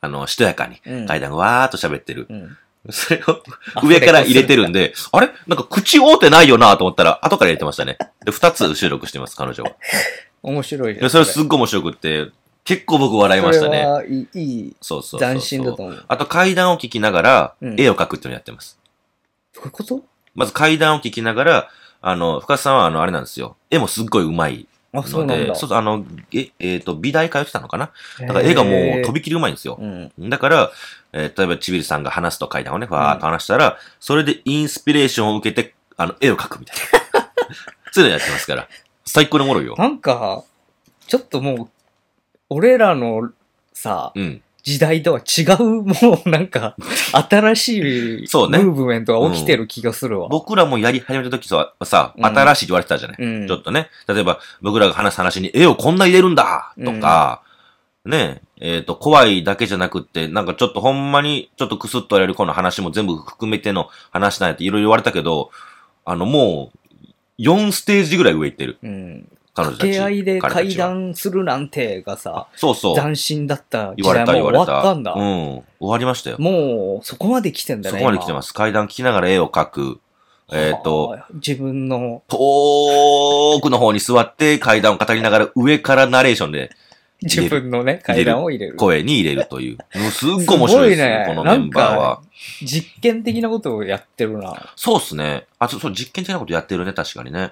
Speaker 2: あの、しとやかに、
Speaker 1: うん
Speaker 2: 階段がわーっと喋ってる。
Speaker 1: うん
Speaker 2: それ を、上から入れてるんで、あれなんか口合うてないよなと思ったら、後から入れてましたね。で、二つ収録してます、彼女は。
Speaker 1: 面白いじゃ
Speaker 2: で
Speaker 1: ん。
Speaker 2: それすっごい面白くって、結構僕笑いました
Speaker 1: それ
Speaker 2: ね。
Speaker 1: はいい、いい、
Speaker 2: そうそうそうそう
Speaker 1: 斬新だと思う。
Speaker 2: あと階段を聞きながら
Speaker 1: う、ん
Speaker 2: 絵を描くっていうのをやってます。
Speaker 1: どういうこと
Speaker 2: まず階段を聞きながら、あの、深津さんはあの、あれなんですよ。絵もすっごい上手い
Speaker 1: あ、そう
Speaker 2: の
Speaker 1: なん
Speaker 2: で、
Speaker 1: だ。
Speaker 2: そうそう、あの、え、えっ、と、美大通ってたのかなだから絵がもう飛
Speaker 1: び、
Speaker 2: び切り上手いんですよ。
Speaker 1: うん。
Speaker 2: だから、えー例えばちびるさんが話すと階段をね、わーっと話したら、それでインスピレーションを受けて、あの、絵を描くみたいな。 そういうのやってますから。最高におもろいよ。
Speaker 1: なんか、ちょっともう、俺らのさ、
Speaker 2: うん。
Speaker 1: 時代とは違う、もうなん か、新しい
Speaker 2: そう
Speaker 1: ム
Speaker 2: ね
Speaker 1: ーブメントが起きてる気がするわ。
Speaker 2: 僕らもやり始めた時さ、さ、
Speaker 1: うん
Speaker 2: 新しいって言われてたじゃない、
Speaker 1: うん
Speaker 2: ちょっとね。例えば、僕らが話す話に絵をこんな入れるんだとか、ねえ、えっ、と、怖いだけじゃなくって、なんかちょっとほんまに、ちょっとクスッとやれる子の話も全部含めての話なんやっていろいろ言われたけど、あの、もう、4ステージぐらい上行ってる。
Speaker 1: うん。
Speaker 2: 彼女た
Speaker 1: 掛
Speaker 2: ち。
Speaker 1: け合いで
Speaker 2: 彼たちは
Speaker 1: 階段するなんてがさ、
Speaker 2: そうそう。
Speaker 1: 斬新だった時
Speaker 2: 言わ
Speaker 1: 代
Speaker 2: れた
Speaker 1: もう
Speaker 2: 言われ
Speaker 1: 終
Speaker 2: た。
Speaker 1: わったんだ。
Speaker 2: うん。終わりましたよ。
Speaker 1: もう、そこまで来てんだ
Speaker 2: そ
Speaker 1: ね。
Speaker 2: こまで来てます。階段聞きながら絵を描く。
Speaker 1: 今。
Speaker 2: えっ、と、
Speaker 1: はあ。自分の
Speaker 2: 遠くの方に座って階段を語りながら上からナレーションで
Speaker 1: 自分のね、階段を入れる。
Speaker 2: 声に入れるという。 もうすっごい面白いです
Speaker 1: すごい
Speaker 2: ね
Speaker 1: ね、
Speaker 2: このメンバー
Speaker 1: なん
Speaker 2: は。
Speaker 1: 実験的なことをやってるな。
Speaker 2: そうっすね。あ、そう、そう実験的なことやってるね、確かにね。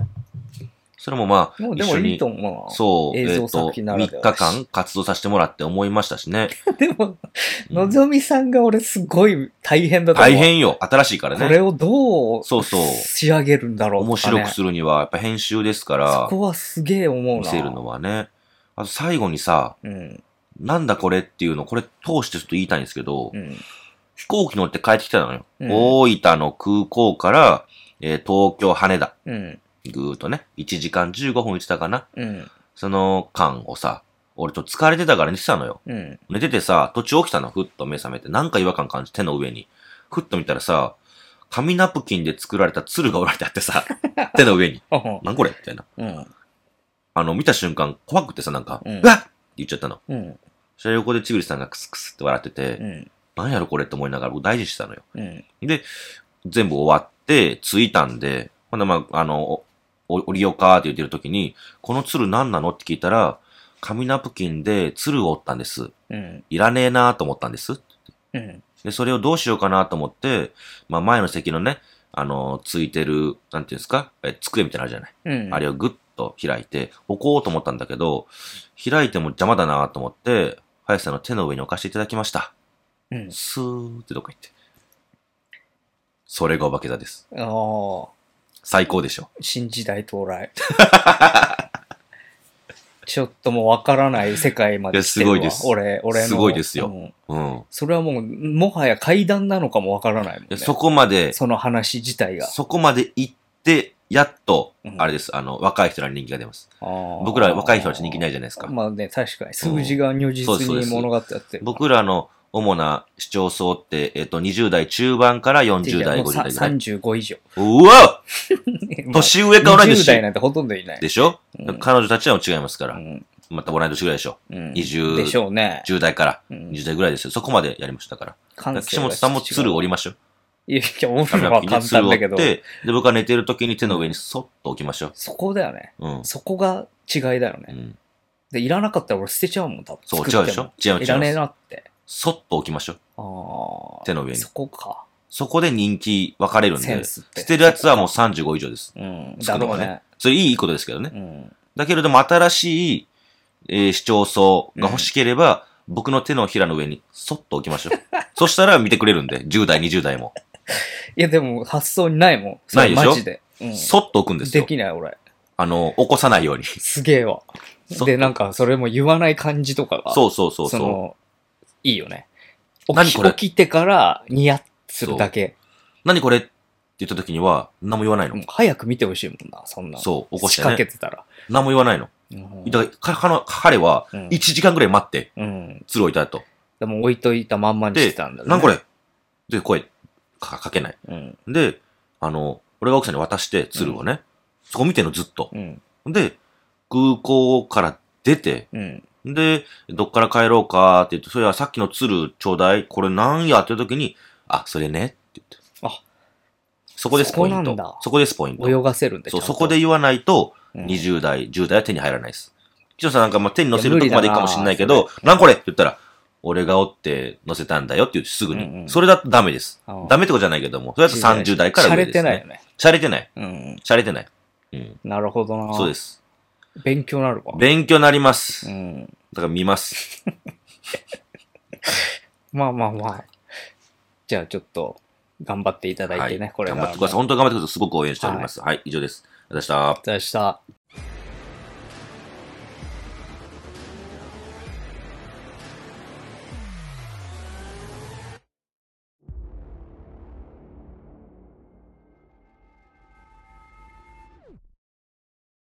Speaker 2: それもまあ、
Speaker 1: もうで
Speaker 2: 一
Speaker 1: も
Speaker 2: 緒
Speaker 1: いい
Speaker 2: に
Speaker 1: と、思う
Speaker 2: そう、えっ
Speaker 1: 映像
Speaker 2: と、
Speaker 1: 作品なら
Speaker 2: 3
Speaker 1: では
Speaker 2: 日間活動させてもらって思いましたしね。
Speaker 1: な。でも、のぞみさんが俺すごい大変だと思う。
Speaker 2: 大変よ、新しいから
Speaker 1: これ
Speaker 2: ね。
Speaker 1: をどう
Speaker 2: そうそう
Speaker 1: 仕上げるんだろう
Speaker 2: 面
Speaker 1: とか、ね、
Speaker 2: 白くするには、やっぱ編集ですから
Speaker 1: そ、こはすげえ思うな。
Speaker 2: 見せるのはね。あと最後にさ、
Speaker 1: うん。
Speaker 2: なんだこれっていうの、これ通してちょっと言いたいんですけど、
Speaker 1: うん。
Speaker 2: 飛行機乗って帰ってきたのよ。
Speaker 1: うん
Speaker 2: 大分の空港から、えー東京、羽田。
Speaker 1: うん。
Speaker 2: ぐーっとね、1時間15分行ってたかな。
Speaker 1: うん。
Speaker 2: その間をさ、俺と疲れてたから寝てたのよ。
Speaker 1: うん。
Speaker 2: 寝ててさ、途中起きたの、ふっと目覚めて。なんか違和感感じ、手の上に。ふっと見たらさ、紙ナプキンで作られた鶴が折られてあっ てさ、手の上に。なんこれみたいな。
Speaker 1: うん。
Speaker 2: あの、見た瞬間、怖くてさ、なんか、
Speaker 1: うん
Speaker 2: わっって言っちゃったの。
Speaker 1: うん。
Speaker 2: そしたら横でちぐりさんがクスクスって笑ってて、
Speaker 1: うん。
Speaker 2: なんやろこれって思いながら僕大事にしてたのよ。
Speaker 1: うん。
Speaker 2: で、全部終わって、着いたんで、ほんで、まあ、あの、おお降りようかって言ってる時に、この鶴何なのって聞いたら、紙ナプキンで鶴を折ったんです。
Speaker 1: うん。
Speaker 2: いらねえなと思ったんです。
Speaker 1: うん。
Speaker 2: で、それをどうしようかなと思って、まあ、前の席のね、あの、ついてる、なんていうんですか、え机みたいなのあるじゃない。
Speaker 1: うん。
Speaker 2: あれをぐっと開いて、置こうと思ったんだけど、開いても邪魔だなと思って、林さんの手の上に置かせていただきました。
Speaker 1: うん。
Speaker 2: スーってどっか行って。それがお化け座です。
Speaker 1: ああ。
Speaker 2: 最高でしょ。
Speaker 1: 新時代到来。 ちょっともうわからない世界まで来てるわ。
Speaker 2: いやすごいです
Speaker 1: 俺、俺の。
Speaker 2: すごいですよ
Speaker 1: うん
Speaker 2: うん。
Speaker 1: それはもう、もはや階段なのかもわからないもん、
Speaker 2: で
Speaker 1: ね。
Speaker 2: そこまで、
Speaker 1: その話自体が。
Speaker 2: そこまで行って、やっと
Speaker 1: う、ん
Speaker 2: あれです、あの、若い人らに人気が出ます。僕
Speaker 1: 僕
Speaker 2: ら若い人たち人気ないじゃないですか。
Speaker 1: まあね、確かに。数字が如
Speaker 2: そうで
Speaker 1: 実
Speaker 2: すそうで
Speaker 1: に
Speaker 2: す
Speaker 1: 物語ってる。
Speaker 2: 僕らの主な視聴層って、えっと、20代中盤から40代、
Speaker 1: もう
Speaker 2: 50
Speaker 1: さ
Speaker 2: 代ぐらい。
Speaker 1: 35以上。
Speaker 2: うわ
Speaker 1: まあ
Speaker 2: 年上か同
Speaker 1: 20
Speaker 2: い
Speaker 1: 代
Speaker 2: 年
Speaker 1: なんてほとんどいない。
Speaker 2: でしょ
Speaker 1: うん
Speaker 2: 彼女たちは違いますか
Speaker 1: う
Speaker 2: ら。
Speaker 1: ん
Speaker 2: また同い年ぐらいでしょ
Speaker 1: うん
Speaker 2: 20
Speaker 1: でしょうね。
Speaker 2: ?10 代から
Speaker 1: うん
Speaker 2: 20代ぐらいですよ。そこまでやりましたから。だから岸本さんも鶴折り ましょう。
Speaker 1: り。いや、いや折るの
Speaker 2: ナ
Speaker 1: は
Speaker 2: プキン
Speaker 1: 簡
Speaker 2: に鶴
Speaker 1: 単
Speaker 2: 折
Speaker 1: だ
Speaker 2: っ
Speaker 1: けど、
Speaker 2: て、で、僕は寝てる時に手の上にそっと置きましょう。
Speaker 1: そこだよね。
Speaker 2: うん。
Speaker 1: そこが違いだよ
Speaker 2: う
Speaker 1: ね。
Speaker 2: ん、
Speaker 1: で、いらなかったら俺捨てちゃうもん、多分。
Speaker 2: そ
Speaker 1: 作
Speaker 2: う、違
Speaker 1: っ
Speaker 2: う
Speaker 1: て
Speaker 2: でしょ
Speaker 1: も
Speaker 2: 違う違う。
Speaker 1: いらねえなって。
Speaker 2: そっと置きましょう。
Speaker 1: ああ。
Speaker 2: 手の上に
Speaker 1: そこか。
Speaker 2: そこで人気分かれるん
Speaker 1: セン
Speaker 2: で、捨
Speaker 1: スって。
Speaker 2: てるやつはもう35以上です。
Speaker 1: うん。
Speaker 2: つく
Speaker 1: だ
Speaker 2: の
Speaker 1: ろ
Speaker 2: は
Speaker 1: う
Speaker 2: ね
Speaker 1: ね。
Speaker 2: それいいことですけどね
Speaker 1: う。ん。
Speaker 2: だけれども新しい、えー視聴層が欲しければ、僕の手のひらの上にそっと置き ましょう。そしたら見てくれるんで、10代、20代も。
Speaker 1: いや、でも発想にないもん。それ
Speaker 2: ないでしょ
Speaker 1: マジで。うん。
Speaker 2: そっと置くんです
Speaker 1: で
Speaker 2: よ。
Speaker 1: きない、俺。
Speaker 2: あの、起こさないように。
Speaker 1: すげえわ。
Speaker 2: そ
Speaker 1: で、なんか、それも言わない感じとかが。
Speaker 2: そうそうそう
Speaker 1: そ
Speaker 2: そ
Speaker 1: の、いいよね。起
Speaker 2: 何
Speaker 1: き
Speaker 2: これ
Speaker 1: 起きてから、ニヤッするだけ。
Speaker 2: う。何これって言った時には、何も言わないの。
Speaker 1: もう早く見てほしいもんな、そんな。
Speaker 2: そう、起こし
Speaker 1: 仕
Speaker 2: て
Speaker 1: 掛け
Speaker 2: ね。
Speaker 1: てたら。
Speaker 2: 何も言わないの。
Speaker 1: うん
Speaker 2: だから、かかの彼は、
Speaker 1: うん
Speaker 2: 1時間ぐらい待って、
Speaker 1: うん。
Speaker 2: 鶴置いた後。
Speaker 1: でも置いといたまんまにし
Speaker 2: で
Speaker 1: てたんだ、ね。
Speaker 2: 何これで、声かかけない。
Speaker 1: うん。
Speaker 2: で、あの、俺が奥さんに渡して、鶴をね、そこ見てんのずっと。
Speaker 1: うん。
Speaker 2: で、空港から出て、
Speaker 1: うん。
Speaker 2: で、どっから帰ろうかって言って、それはさっきの鶴ちょうだい、これなんやっていう時に、あ、それねって言って。
Speaker 1: あ、
Speaker 2: そこです
Speaker 1: そこ
Speaker 2: ポイ
Speaker 1: な
Speaker 2: ン
Speaker 1: ん
Speaker 2: ト。
Speaker 1: だ
Speaker 2: そこですポイン
Speaker 1: 泳
Speaker 2: ト。
Speaker 1: がせるんだ
Speaker 2: そう、
Speaker 1: ちゃん
Speaker 2: そ
Speaker 1: と
Speaker 2: こで言わないと、
Speaker 1: うん
Speaker 2: 20代、10代は手に入らないです。岸本さんなんかまあ手に乗せる
Speaker 1: いや
Speaker 2: とこまでいくか
Speaker 1: 無
Speaker 2: も
Speaker 1: 理
Speaker 2: し
Speaker 1: だ
Speaker 2: れ
Speaker 1: な
Speaker 2: ないけど、なんこれって言ったら、俺がおって乗せたんだよって言ってすぐに。
Speaker 1: うんうん
Speaker 2: それだとダメです。
Speaker 1: うん
Speaker 2: ダメってことじゃないけども、それだと30代から上で
Speaker 1: 洒落て
Speaker 2: す、ね。
Speaker 1: ないよね。
Speaker 2: しゃれてない。
Speaker 1: うん。
Speaker 2: しゃれてない。うん。
Speaker 1: なるほどな。
Speaker 2: そうです。
Speaker 1: す。勉強になるわ。
Speaker 2: 勉強になります。
Speaker 1: う
Speaker 2: だ
Speaker 1: ん。
Speaker 2: から見ます。
Speaker 1: まあまあまあ。じゃあちょっと、頑張っていただいてね、これ
Speaker 2: 頑
Speaker 1: か
Speaker 2: 張っ
Speaker 1: ら
Speaker 2: てください。
Speaker 1: も。
Speaker 2: 本当に頑張ってください。すごく応援しております。はい、以上です。でした。
Speaker 1: でした。